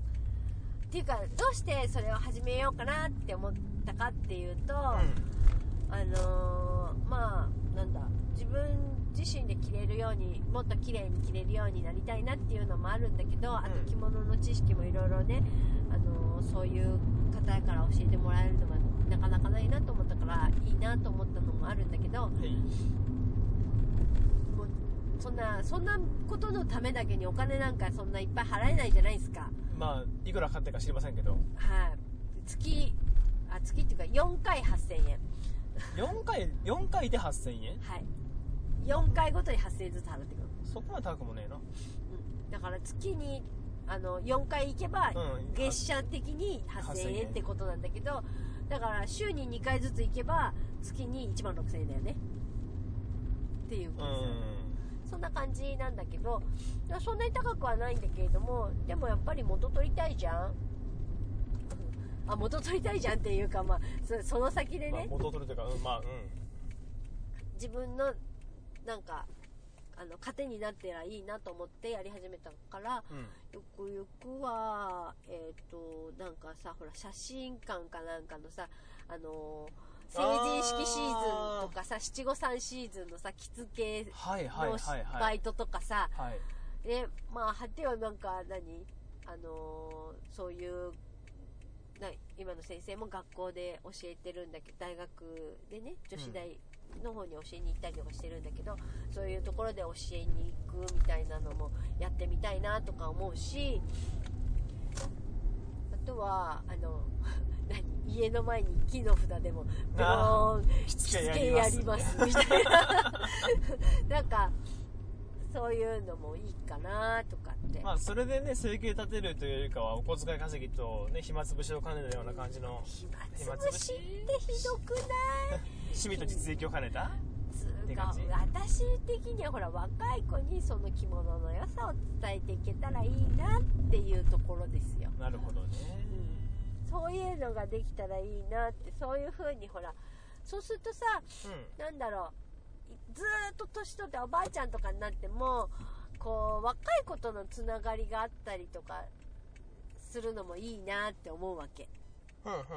Speaker 2: ていうかどうしてそれを始めようかなって思ったかっていうと、あのーまあなんだ自分自身で着れるようにもっと綺麗に着れるようになりたいなっていうのもあるんだけどあ
Speaker 1: うん
Speaker 2: と着物の知識もいろいろね、あのーそういう方から教えてもらえるのがなかなかないなと思ったからいいなと思ったのもあるんだけど
Speaker 1: うんはい
Speaker 2: もうそんなそんなことのためだけにお金なんかそんないっぱい払えないじゃないですか。
Speaker 1: まあいくらかかってるか知りませんけど
Speaker 2: はい、月あ月っていうか4回8000円
Speaker 1: 4回4回で8000円
Speaker 2: はい4回ごとに8000円ずつ払ってくる、
Speaker 1: そこまで高くもねえな
Speaker 2: うん、だから月にあの4回行けば
Speaker 1: うん
Speaker 2: 月謝的に8000
Speaker 1: 8000
Speaker 2: 円
Speaker 1: 円
Speaker 2: ってことなんだけどだから週に2回ずつ行けば月に1万6000円だよねっていう計
Speaker 1: うん
Speaker 2: 算、そんな感じなんだけどいやそんなに高くはないんだけれどもでもやっぱり元取りたいじゃんあ元取りたいじゃんっていうか、まあ、そその先で
Speaker 1: まあ
Speaker 2: ね、
Speaker 1: 元取るというかうんまあうん
Speaker 2: 自分のなんかあの糧になってらいいなと思ってやり始めたから
Speaker 1: うん
Speaker 2: よくよくはえっ、となんかさほら写真館かなんかのさあの成人式シーズンとかさ七五三シーズンのさ着付け
Speaker 1: はいはい
Speaker 2: の
Speaker 1: はい
Speaker 2: バ
Speaker 1: は
Speaker 2: イ
Speaker 1: い
Speaker 2: トとかさ、
Speaker 1: はい
Speaker 2: でまあ果てはなんか何あのーそういうな今の先生も学校で教えてるんだけど大学でね女子大の方に教えに行ったりとかしてるんだけど、そういうところで教えに行くみたいなのもやってみたいなとか思うしあとはあの 何家の前に木の札でもブローン
Speaker 1: 着
Speaker 2: 着付けやりますみたいななんかそういうのもいいかなとかって、
Speaker 1: まあそれでね生計立てるというよりかはお小遣い稼ぎとね暇つぶしを兼ねたような感じの
Speaker 2: 暇つぶしってひどくない
Speaker 1: 趣味と実益を兼ねた
Speaker 2: つ
Speaker 1: っ
Speaker 2: う
Speaker 1: て
Speaker 2: か
Speaker 1: 感じ
Speaker 2: 私的にはほら若い子にその着物の良さを伝えていけたらいいなっていうところですよ
Speaker 1: なるほどね
Speaker 2: そういうのができたらいいなってそういう風にほらそうするとさ
Speaker 1: う
Speaker 2: なんだろう、ずーっと年取っておばあちゃんとかになっても、こう、若い子とのつながりがあったりとか、するのもいいなって思うわけ。
Speaker 1: んうんうんうん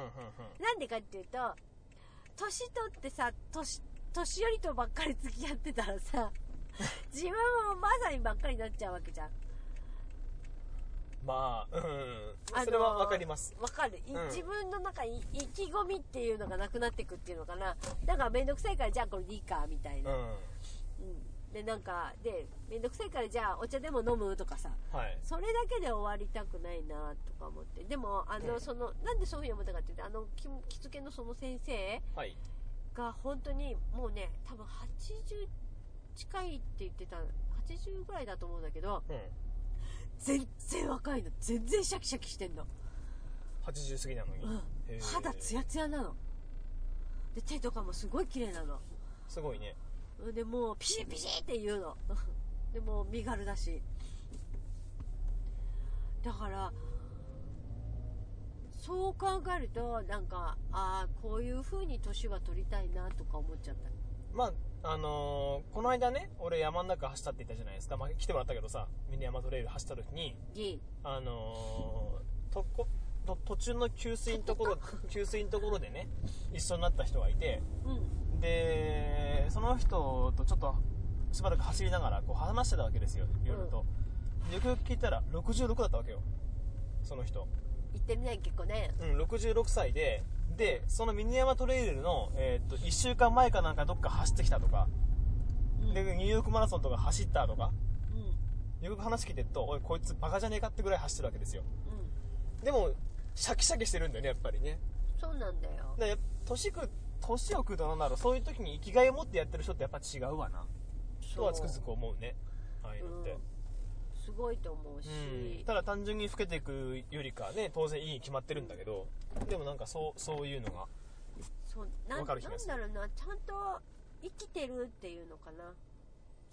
Speaker 2: なんでかっていうと、年取ってさ、年、年寄りとばっかり付き合ってたら さ、自分もまさにばっかりになっちゃうわけじゃん。
Speaker 1: まあうん
Speaker 2: あのー
Speaker 1: それはわかります
Speaker 2: わかる、い
Speaker 1: うん
Speaker 2: 自分の中に意気込みっていうのがなくなってくっていうのかな。だからめんどくさいからじゃあこれでいいか、みたいな
Speaker 1: うん。
Speaker 2: うん、でなんかで面倒くさいからじゃあお茶でも飲むとかさ
Speaker 1: はい
Speaker 2: それだけで終わりたくないなとか思ってでもあの、
Speaker 1: うん
Speaker 2: そのなんでそういうふうに思ったかっていうとあのき着付けのその先生
Speaker 1: はい
Speaker 2: が本当にもうね多分80近いって言ってた80ぐらいだと思うんだけど
Speaker 1: うん
Speaker 2: 全然若いの全然シャキシャキしてんの、
Speaker 1: 80過ぎなのに
Speaker 2: うん
Speaker 1: へえ
Speaker 2: 肌ツヤツヤなので手とかもすごい綺麗なの
Speaker 1: すごいね
Speaker 2: でもうピシッピシッって言うの でもう身軽だしだからそう考えるとなんかああこういう風に年は取りたいなとか思っちゃった
Speaker 1: まああのーこの間ね俺山の中走ったって言ったじゃないですかまあ来てもらったけどさミニ山トレイル走った時に
Speaker 2: 銀
Speaker 1: あのーとこと途中の給水のところ給水のところでね一緒になった人がいて
Speaker 2: うん
Speaker 1: でその人とちょっとしばらく走りながらこう話してたわけですよいろいろと、よくよく聞いたら66だったわけよその人
Speaker 2: 言ってみない結構ね
Speaker 1: うん66歳ででそのミニ山トレイルの、えーっと1週間前かなんかどっか走ってきたとか、
Speaker 2: うん
Speaker 1: でニューヨークマラソンとか走ったとか
Speaker 2: うん
Speaker 1: よく話聞いてるとおいこいつバカじゃねえかってぐらい走ってるわけですよ
Speaker 2: うん
Speaker 1: でもシャキシャキしてるんだよねやっぱりね
Speaker 2: そうなんだよ
Speaker 1: だからやっぱ年く年を食うとなんだろうそういう時に生きがいを持ってやってる人ってやっぱ違うわなとはつくづく思うねああいうのって、
Speaker 2: うんすごいと思うし、
Speaker 1: うんただ単純に老けていくよりかね当然いいに決まってるんだけどでもなんかそうそういうのが
Speaker 2: そうな
Speaker 1: わ
Speaker 2: ん
Speaker 1: か
Speaker 2: なん
Speaker 1: る気がす
Speaker 2: だろうなちゃんと生きてるっていうのかな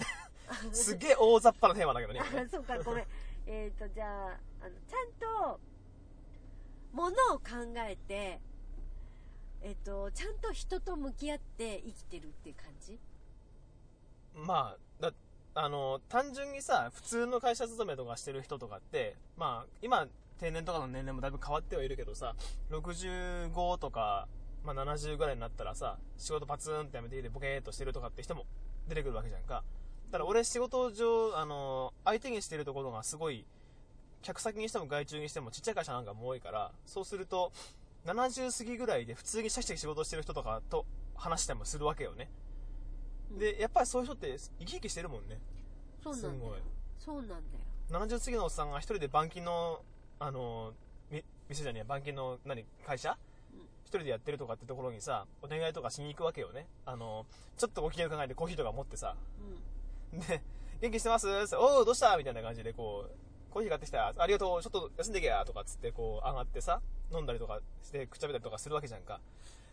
Speaker 1: すげえ大雑把なテーマだけどね今
Speaker 2: あ
Speaker 1: ね
Speaker 2: そうか ごめんえっとじゃああのちゃんとものを考えてえっ、とちゃんと人と向き合って生きてるっていう感じ
Speaker 1: まあだあの単純にさ普通の会社勤めとかしてる人とかってまあ今定年とかの年齢もだいぶ変わってはいるけどさ65とか、まあ、70ぐらいになったらさ仕事パツンってやめて家でボケーっとしてるとかって人も出てくるわけじゃんかただ俺仕事上あの相手にしてるところがすごい客先にしても外注にしてもちっちゃい会社なんかも多いからそうすると70過ぎぐらいで普通にシャキシャキ仕事してる人とかと話したりもするわけよねでやっぱりそういう人って生き生きしてるもんね
Speaker 2: そうなんだよ
Speaker 1: すごい
Speaker 2: そうなんだよ
Speaker 1: 70過ぎのおっさんが一人で板金のあのみ店じゃねえ板金の何会社、一人でやってるとかってところにさ、お願いとかしに行くわけよね。あの、ちょっとご機嫌考えてコーヒーとか持ってさ、で、元気してますつっておうどうしたみたいな感じで、こう、コーヒー買ってきた。ありがとう。ちょっと休んでけや。とかっつって、こう、上がってさ、飲んだりとかして、くっちゃべたりとかするわけじゃんか。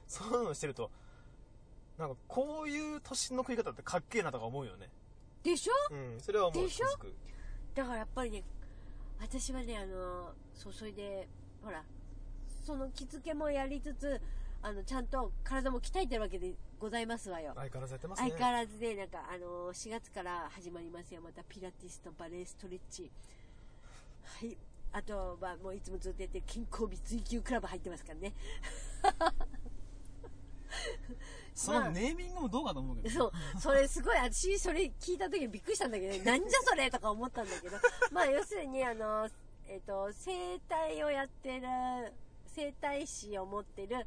Speaker 1: そういうのしてると、なんか、こういう年の食い方ってかっけえなとか思うよね。
Speaker 2: でしょ
Speaker 1: うん。それはもう、
Speaker 2: でしょ
Speaker 1: つく。
Speaker 2: だからやっぱりね私はねあのそうそれでほらその着付けもやりつつあのちゃんと体も鍛えてるわけでございますわよ
Speaker 1: 相変わらずやってますね。
Speaker 2: 相変わらずねなんかあの4月から始まりますよまたピラティスとバレエストレッチはいあとはもういつもずっとやってる健康美追求クラブ入ってますからね
Speaker 1: そのネーミングもどうかと思うけど。
Speaker 2: そう、それすごい、私それ聞いた時びっくりしたんだ けど、なんじゃそれとか思ったんだけど、まあ要するにあの、えっ、と、生体をやってる、生体師を持ってる、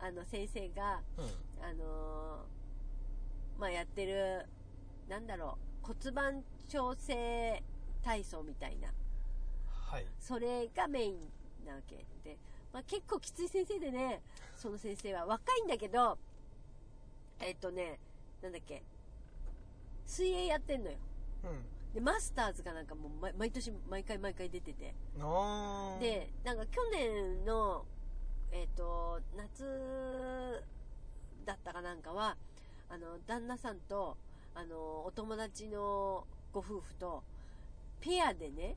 Speaker 2: あの先生が、
Speaker 1: うん。
Speaker 2: あのーまあやってる、なんだろう、骨盤調整体操みたいな、
Speaker 1: はい。
Speaker 2: それがメインなわけで、まあ、結構きつい先生でね、その先生は若いんだけど、えっとね、なんだっけ、水泳やってんのよ。
Speaker 1: うん。
Speaker 2: で、マスターズかなんかもう毎毎年、毎回毎回出てて。
Speaker 1: あー、
Speaker 2: で、なんか去年の、えっ、と、夏だったかなんかは、あの、旦那さんと、あの、お友達のご夫婦と、ペアでね、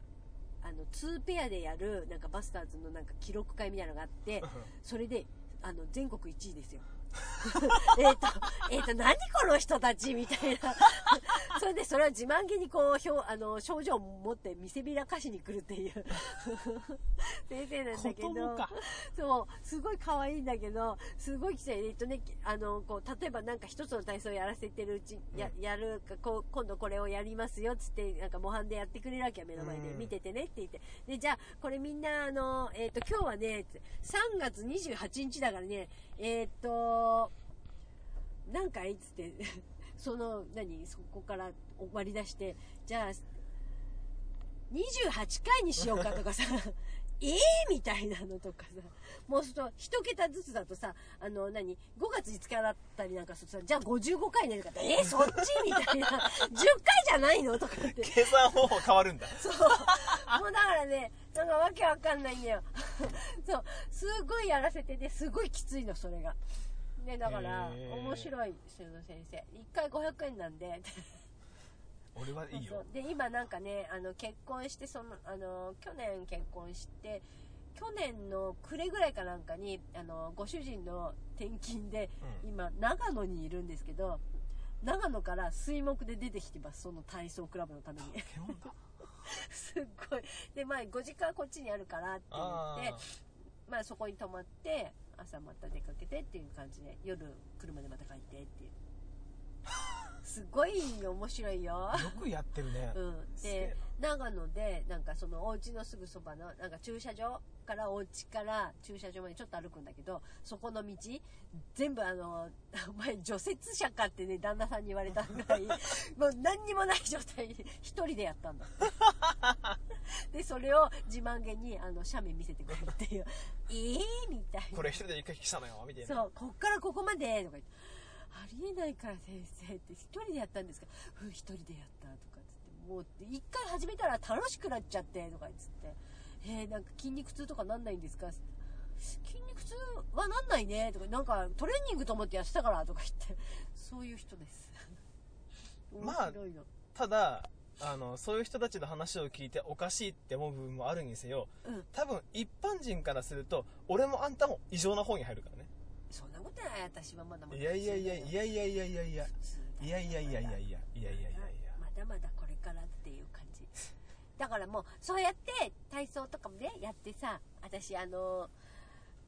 Speaker 2: あの、2ペアでやる、なんかバスターズのなんか記録会みたいなのがあって、それで、あの、全国1位ですよ。 えっと、えっと、何この人たちみたいな。 それで、それは自慢げにこう、表あの、症状を持って見せびらかしに来るっていう 先生なんだ
Speaker 1: 子
Speaker 2: けど。
Speaker 1: 供か。
Speaker 2: そう、すごい可愛いんだけど、すごいきつい。えっとね、あの、こう、例えばなんか一つの体操をやらせてるうち、や、やるか、こう、今度これをやりますよ、つって、なんか模範でやってくれるわけよ、目の前で
Speaker 1: う。ん
Speaker 2: 見ててねって言って。で、じゃあ、これみんな、あの、えっ、と、今日はね、つ3月28日だからね、えっ、と、なんかいいっつって、 その、何、そこから割り出して、じゃあ、28回にしようかとかさ、 ええみたいなのとかさ、もうすると、一桁ずつだとさ、あの、何 ?5 月5日だったりなんかするとさ、じゃあ55回ねとかって、えー、そっちみたいな。10回 じゃないのとかって。
Speaker 1: 計算方法変わるんだ。
Speaker 2: そう。もうだからね、なんかわけわかんないんだよ。 そう。すごいやらせてて、すごいきついの、それが。ね、だから、
Speaker 1: へー
Speaker 2: 面白いですよ、先生。一回500円なんで。
Speaker 1: 俺はいい
Speaker 2: そう
Speaker 1: よ。
Speaker 2: そうで今なんかねあの結婚してそのあの去年結婚して去年の暮れぐらいかなんかにあのご主人の転勤で
Speaker 1: うん
Speaker 2: 今長野にいるんですけど長野から水木で出てきてますその体操クラブのために
Speaker 1: 獣だ。
Speaker 2: すっごいでまあ5時間こっちにあるからって
Speaker 1: あ
Speaker 2: 言ってまあそこに泊まって朝また出かけてっていう感じで夜車でまた帰ってっていう すごい面白いよ
Speaker 1: ーよくやってるね。
Speaker 2: うん、
Speaker 1: すげ
Speaker 2: で
Speaker 1: え
Speaker 2: 長野でなんかそのお家のすぐそばのなんか駐車場からお家から駐車場までちょっと歩くんだけどそこの道全部あの 前除雪車かってね旦那さんに言われた ぐらいもう何にもない状態で一人でやったんだってでそれを自慢げにあの斜面見せてくれるっていう「ええみたいな
Speaker 1: な。これ一人で一回来たのよ、みたいな。
Speaker 2: そう、こっからここまでとか言って、ありえないから先生って、一人でやったんですかうん、一人でやったとかっつって、もう、一回始めたら楽しくなっちゃって、とか言って、えー、なんか筋肉痛とかなんないんですか筋肉痛はなんないね、とか、なんかトレーニングと思ってやってたから、とか言って、そういう人です。面
Speaker 1: まあ
Speaker 2: 白いの。
Speaker 1: ただ、あの、そういう人たちの話を聞いておかしいって思う部分もあるにせよ、
Speaker 2: うん、
Speaker 1: 多分一般人からすると、俺もあんたも異常な方に入るからね。
Speaker 2: そんなことない、私はまだまだ。
Speaker 1: いやいやいやいやいやいやいやいや。
Speaker 2: 普通だ
Speaker 1: いやいやいやいやいやいやいやいやいや。
Speaker 2: まだまだこれからっていう感じだからもうそうやって体操とかもねやってさ私あの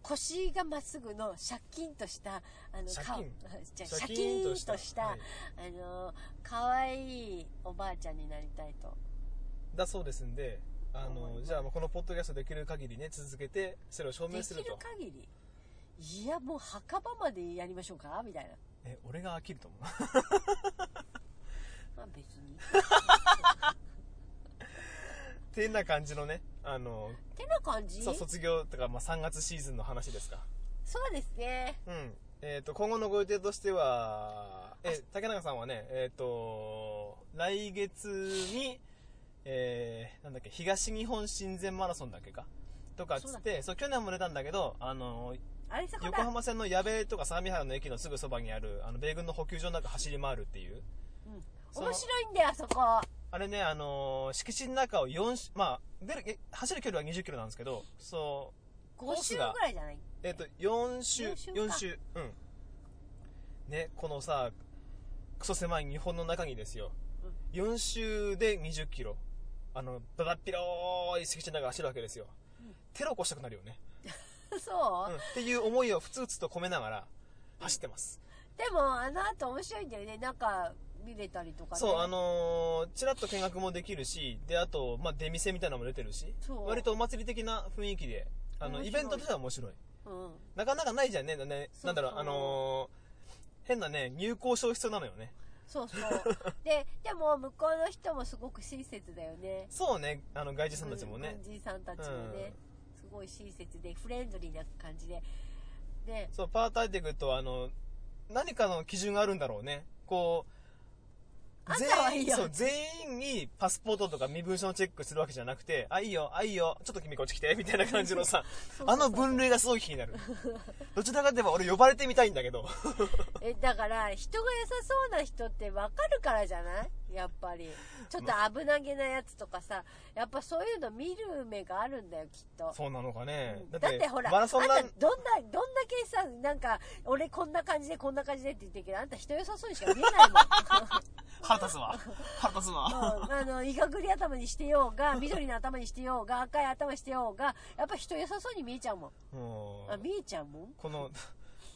Speaker 2: 腰がまっすぐのシャキンとしたあの
Speaker 1: シャ
Speaker 2: か
Speaker 1: キン
Speaker 2: じゃシャキンとした
Speaker 1: はい
Speaker 2: あの可愛いおばあちゃんになりたいと
Speaker 1: だそうですんで、あ
Speaker 2: 思いま
Speaker 1: の、
Speaker 2: す
Speaker 1: じゃあもうこのポッドキャストできる限りね、続けて、それを証
Speaker 2: で
Speaker 1: 明す
Speaker 2: き
Speaker 1: る
Speaker 2: る
Speaker 1: と。
Speaker 2: 限りいやもう墓場までやりましょうかみたいな
Speaker 1: え、俺が飽きると思う。
Speaker 2: まあ別に
Speaker 1: てな感じのね、あの、
Speaker 2: てな感じ
Speaker 1: そう卒業とか、まあ、3月シーズンの話ですか。
Speaker 2: そうですね。
Speaker 1: うん。えっ、と、今後のご予定としては、え、竹中さんはね、えっ、と、来月に、えー、なんだっけ、東日本親善マラソンだっけかとかっつ
Speaker 2: そうだ
Speaker 1: っ、
Speaker 2: って
Speaker 1: そう、去年も出たんだけど、あの、
Speaker 2: あれそこだ。
Speaker 1: 横浜線の矢部とか相模原の駅のすぐそばにある、あの、米軍の補給所の中走り回るっていう。
Speaker 2: う
Speaker 1: そ
Speaker 2: ん。
Speaker 1: の
Speaker 2: 面白いんだよ、そこ。
Speaker 1: あれね、あのー敷地の中を4し、まあ、出る、え走る距離は20キロなんですけど、そう、
Speaker 2: 5
Speaker 1: ス
Speaker 2: 週
Speaker 1: が
Speaker 2: ぐらいじゃない
Speaker 1: えっ、と、4周、
Speaker 2: 四周か
Speaker 1: 4周、うん。ね、このさ、クソ狭い日本の中にですよ、4周で20キロ、あの、だだっぴろーい敷地の中走るわけですよ。
Speaker 2: うん
Speaker 1: テロ起こしたくなるよね。
Speaker 2: そう、
Speaker 1: うん。っていう思いをふつふつと込めながら走ってます。
Speaker 2: でも、あの後面白いんだよね。なんか、見れたりとかね。
Speaker 1: そう、あのー、ちらっと見学もできるし、で、あと、まあ、出店みたいなのも出てるし、
Speaker 2: そう
Speaker 1: 割とお祭り的な雰囲気で、あの、
Speaker 2: 面白い
Speaker 1: イベントとしては面白い。
Speaker 2: うん。
Speaker 1: なかなかないじゃんね、ね
Speaker 2: そうそう
Speaker 1: なんだろう、あのー、変なね、入校証必要なのよね。
Speaker 2: そうそう。 で、でも、向こうの人もすごく親切だよね。
Speaker 1: そうね、あの、外人さんたちもね
Speaker 2: うん。軍人さんたちもね、すごい親切で、フレンドリーな感じで。で、
Speaker 1: そう、パータイテクと、あの、何かの基準があるんだろうね。こう、
Speaker 2: あんたはい
Speaker 1: 員
Speaker 2: いよ
Speaker 1: そう、全員にパスポートとか身分証のチェックするわけじゃなくて、あ、いいよ、あ、いいよ、ちょっと君こっち来て、みたいな感じのさ、
Speaker 2: そうそうそう
Speaker 1: あの分類がすごい気に なる。どちらかといえば俺呼ばれてみたいんだけど。
Speaker 2: え、だから、人が良さそうな人ってわかるからじゃないやっぱり。ちょっと危なげなやつとかさ、やっぱそういうの見る目があるんだよ、きっと。
Speaker 1: そうなのかね。
Speaker 2: だってほら、
Speaker 1: マラソンラ
Speaker 2: あ
Speaker 1: ン
Speaker 2: んた、どんな、どんだけさ、なんか、俺こんな感じでこんな感じでって言ってるけど、あんた人良さそうにしか見えない
Speaker 1: 腹立つ わ。腹立つわ。
Speaker 2: もん。うん あの、イカグリ頭にしてようが、緑の頭にしてようが、赤い頭してようが、やっぱ人良さそうに見えちゃうもん。
Speaker 1: も
Speaker 2: あ、
Speaker 1: う、
Speaker 2: 見えちゃうもん
Speaker 1: この、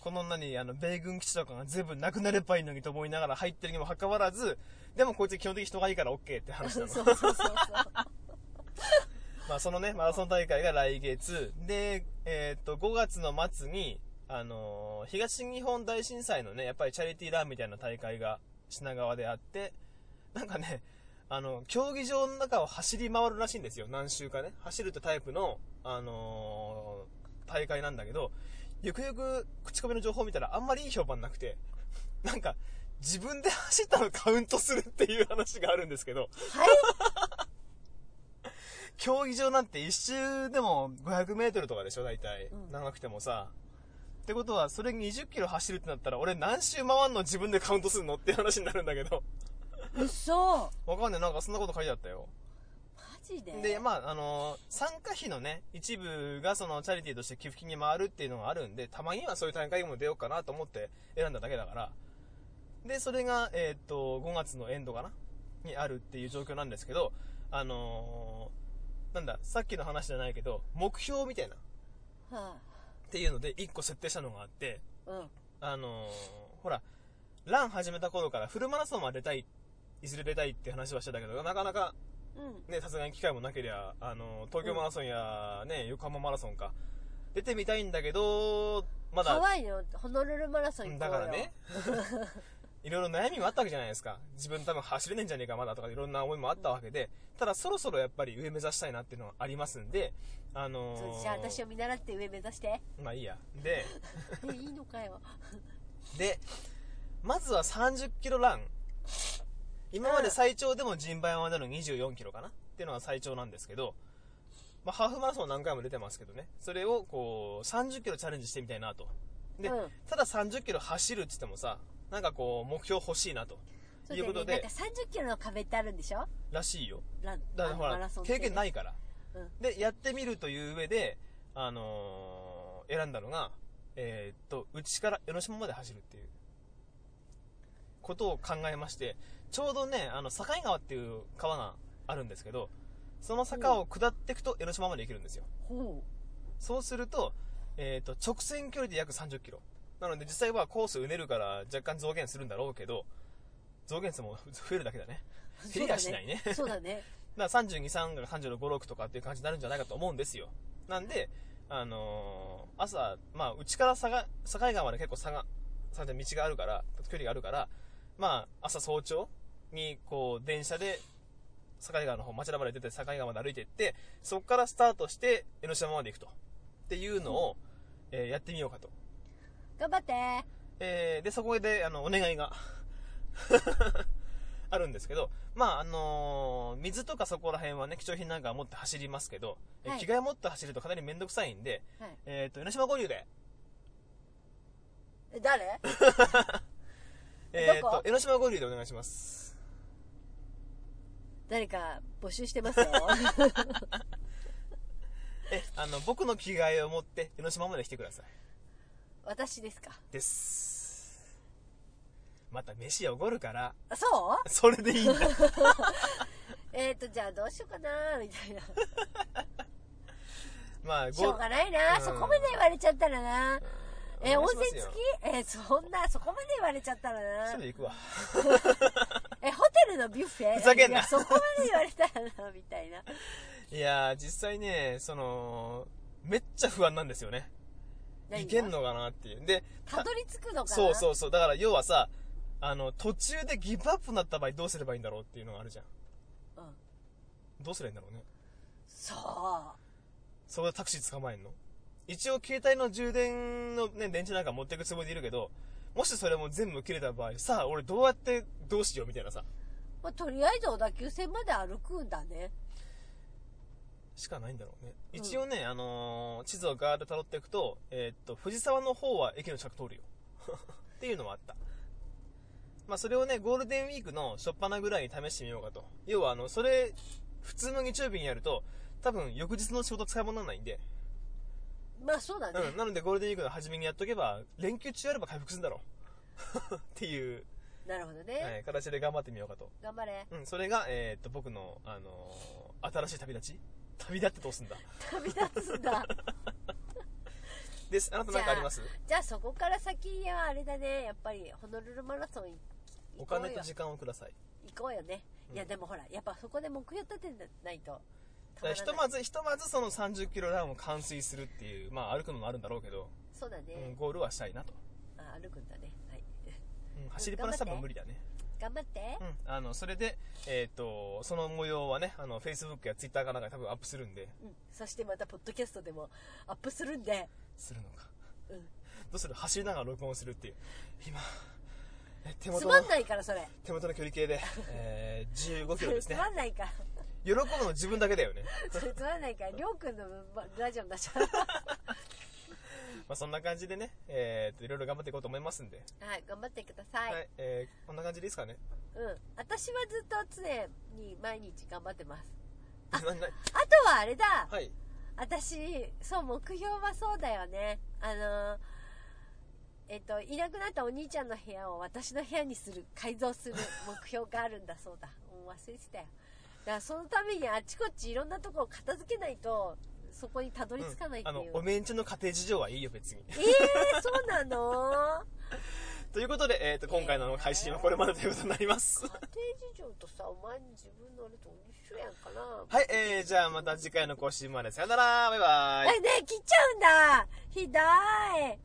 Speaker 1: この何、あの、米軍基地とかが全部なくなればいいのにと思いながら入ってるにもかかわらず、でもこいつ基本的に人がいいから OK って話
Speaker 2: そ
Speaker 1: な
Speaker 2: う
Speaker 1: の。
Speaker 2: そうそうそう。
Speaker 1: まあそのね、マラソン大会が来月。で、えーっと、5月の末に、あのー東日本大震災のね、やっぱりチャリティーランみたいな大会が品川であって、なんかね、あの、競技場の中を走り回るらしいんですよ。何周かね。走るってタイプの、あのー大会なんだけど、ゆくゆく口コミの情報を見たらあんまりいい評判なくて、なんか、自分で走ったのカウントするっていう話があるんですけど、
Speaker 2: はい
Speaker 1: 競技場なんて一周でも500メートルとかでしょ、大体。
Speaker 2: うん
Speaker 1: 長くてもさ。ってことは、それ20キロ走るってなったら、俺何周回んの自分でカウントするのって話になるんだけど。
Speaker 2: 嘘
Speaker 1: わかんない、なんかそんなこと書いてあったよ。
Speaker 2: マジで
Speaker 1: で、まあ、あのー参加費のね、一部がそのチャリティーとして寄付金に回るっていうのがあるんで、たまにはそういう大会にも出ようかなと思って選んだだけだから。で、それが、えーっと、5月のエンドかなにあるっていう状況なんですけど、あのーなんだ、さっきの話じゃないけど、目標みたいな、っ
Speaker 2: は
Speaker 1: ていうので、1個設定したのがあって、
Speaker 2: あ、うん。
Speaker 1: あのーほら、ラン始めた頃からフルマラソンは出たい、いずれ出たいって話はしてたけど、なかなか
Speaker 2: うん。
Speaker 1: ね、さすがに機会もなけりゃ、あの、東京マラソンや、ね、横浜マラソンか、出てみたいんだけど、ま
Speaker 2: ハ
Speaker 1: だ、
Speaker 2: ワイのホノルルマラソン行こうよ。
Speaker 1: だからね、 いろいろ悩みもあったわけじゃないですか。自分多分走れねえんじゃねえか、まだとか、いろんな思いもあったわけで、ただそろそろやっぱり上目指したいなっていうのはありますんで、あの
Speaker 2: そう
Speaker 1: ー
Speaker 2: じゃあ私を見習って上目指して。
Speaker 1: まあいいや。で、
Speaker 2: え、いいのかよ。
Speaker 1: で、まずは30キロラン。今まで最長でも人馬山での24キロかなっていうのが最長なんですけど、まあ、ハーフマラソン何回も出てますけどね、それをこう、30キロチャレンジしてみたいなと。で、
Speaker 2: うん
Speaker 1: ただ30キロ走るって言ってもさ、なんかこう、目標欲しいなと。
Speaker 2: そ
Speaker 1: いうこと
Speaker 2: なん
Speaker 1: で
Speaker 2: か、30キロの壁ってあるんでしょ
Speaker 1: らしいよ。
Speaker 2: ラン
Speaker 1: だからほ
Speaker 2: マ
Speaker 1: ら
Speaker 2: ラソン、ってね
Speaker 1: 経験ないから。
Speaker 2: うん
Speaker 1: で、やってみるという上で、あのー選んだのが、えーっと、うちから江ノ島まで走るっていう、ことを考えまして、ちょうどね、あの、境川っていう川があるんですけど、その坂を下っていくと江ノ島まで行けるんですよ。
Speaker 2: ほ
Speaker 1: そうすると、えーっと、直線距離で約30キロ。なので、実際はコースうねるから若干増減するんだろうけど、増減数も増えるだけだね。
Speaker 2: う。
Speaker 1: 減りはしないね。
Speaker 2: そう だね。
Speaker 1: だから32、3が36、5、6とかっていう感じになるんじゃないかと思うんですよ。なんで、あのー朝、まあ、うちから佐賀境川まで結構差が、差で道があるから、距離があるから、まあ、朝早朝に、こう、電車で、境川の方、町田まで出て、境川まで歩いていって、そこからスタートして、江ノ島まで行くと。っていうのを、えーやってみようかと。
Speaker 2: 頑張って
Speaker 1: えーで、そこで、あの、お願いが、あるんですけど、まあ、あのー水とかそこら辺はね、貴重品なんかは持って走りますけど、えー
Speaker 2: はい
Speaker 1: 着替え持って走るとかなりめんどくさいんで、
Speaker 2: はい
Speaker 1: えっ、と、江ノ島合流で、
Speaker 2: え誰
Speaker 1: えっ、、
Speaker 2: どこと
Speaker 1: 江ノ島合流でお願いします。
Speaker 2: 誰か募集し てますよ
Speaker 1: え、あの、僕の着替えを持って、江ノ島まで来てください。
Speaker 2: 私ですか
Speaker 1: です。また飯おごるから、
Speaker 2: あそう
Speaker 1: それでいいんだ。
Speaker 2: えっ、ー、とじゃあどうしようかなみたいな
Speaker 1: まあ、
Speaker 2: しょうがないな、
Speaker 1: うん
Speaker 2: そこまで言われちゃったらなえ
Speaker 1: お
Speaker 2: 温
Speaker 1: 願いします
Speaker 2: 泉
Speaker 1: よ
Speaker 2: 付きえそんなそこまで言われちゃったら
Speaker 1: 一人
Speaker 2: な
Speaker 1: で行くわ。
Speaker 2: えホテルのビュッフェ
Speaker 1: ふざけんない
Speaker 2: やそこまで言われたらなみ たいない
Speaker 1: やー、実際ね、その、めっちゃ不安なんですよね。
Speaker 2: 何
Speaker 1: い
Speaker 2: が
Speaker 1: けんのかなっていう。で、
Speaker 2: たどり着くのかな
Speaker 1: そうそうそう。だから要はさ、あの、途中でギブアップになった場合どうすればいいんだろうっていうのがあるじゃん。
Speaker 2: うん、
Speaker 1: どうすればいいんだろうね。
Speaker 2: そう
Speaker 1: そこでタクシー捕まえんの一応携帯の充電のね、電池なんか持っていくつもりでいるけど、もしそれも全部切れた場合、さあ、俺どうやってどうしようみたいなさ、
Speaker 2: まあ、とりあえず小田急線まで歩くんだね。
Speaker 1: しかないんだろうね。
Speaker 2: うん
Speaker 1: 一応ね、あのー地図をガーッと辿っていくと、えーっと、藤沢の方は駅の近く通るよ。 っていうのもあった。まあ、それをね、ゴールデンウィークの初っ端ぐらいに試してみようかと。要は、あの、それ、普通の日曜日にやると、多分翌日の仕事使い物にならないんで、
Speaker 2: まあそうだね。
Speaker 1: うん、なのでゴールデンウィークの初めにやっとけば、連休中やれば回復するんだろう。 っていう、
Speaker 2: なるほどね。
Speaker 1: はい、形で頑張ってみようかと。
Speaker 2: 頑張れ。
Speaker 1: うん、それが、えーっと、僕の、あのー新しい旅立ち旅立ってどうすんだ
Speaker 2: 旅立つ んだ。
Speaker 1: です。あなたなんかあります
Speaker 2: じゃあそこから先はあれだね。やっぱりホノルルマラソン行
Speaker 1: お
Speaker 2: こう
Speaker 1: 金
Speaker 2: よ
Speaker 1: と。時間をください。
Speaker 2: 行こうよね。
Speaker 1: うん
Speaker 2: いやでもほら、やっぱそこで目標立てないと。
Speaker 1: だからひと
Speaker 2: たらない
Speaker 1: まず、ひとまずその30キロランを完遂するっていう、まあ歩くのもあるんだろうけど、
Speaker 2: そうだね、
Speaker 1: うんゴールはしたいなと。
Speaker 2: あ。歩くんだね。はい。
Speaker 1: うん走りっぱなし多分
Speaker 2: 頑張
Speaker 1: 無理だね。
Speaker 2: 頑張って。
Speaker 1: うん。あの、それで、えっ、と、その模様はね、あの、Facebook や Twitter かなんかで多分アップするんで、
Speaker 2: うん。そしてまたポッドキャストでもアップするんで。
Speaker 1: するのか。
Speaker 2: うん。
Speaker 1: どうする走りながら録音するっていう。今、え手
Speaker 2: つ
Speaker 1: 元
Speaker 2: ま
Speaker 1: の
Speaker 2: ん、ないからそれ。
Speaker 1: 手元の距離計 で、えー、15キロです
Speaker 2: つ
Speaker 1: ね。
Speaker 2: まんないから。
Speaker 1: 喜ぶの自分だけだよね。
Speaker 2: それつまんないから。りょうくんのまラジオになっち ゃう。
Speaker 1: まあそんな感じでね、えっと、いろいろ頑張っていこうと思いますんで。
Speaker 2: はい。頑張ってください。
Speaker 1: はい。えー、こんな感じでいいですかね。
Speaker 2: うん、私はずっと常に毎日頑張ってます。
Speaker 1: なな
Speaker 2: あとはあれだ、
Speaker 1: はい。
Speaker 2: 私、そう、目標はそうだよね。あのーえっと、いなくなったお兄ちゃんの部屋を私の部屋にする、改 造する目標があるんだそうだ。もう忘れてたよ。だからそのためにあちこちいろんなとこを片付けないと、そこにたどり着かないって
Speaker 1: あ
Speaker 2: いう。
Speaker 1: の、おめんちの家庭事情はいいよ、別に。
Speaker 2: えー、そうなの
Speaker 1: ということで、えっ、と、今回の配信はこれまでということになります
Speaker 2: 家。庭事情とさ、お前に自分のあれと一緒やんかな。
Speaker 1: はい、えー、じゃあまた次回の更新まで。さよなら、バイバイ。
Speaker 2: え、ねえ、切っちゃうんだひどい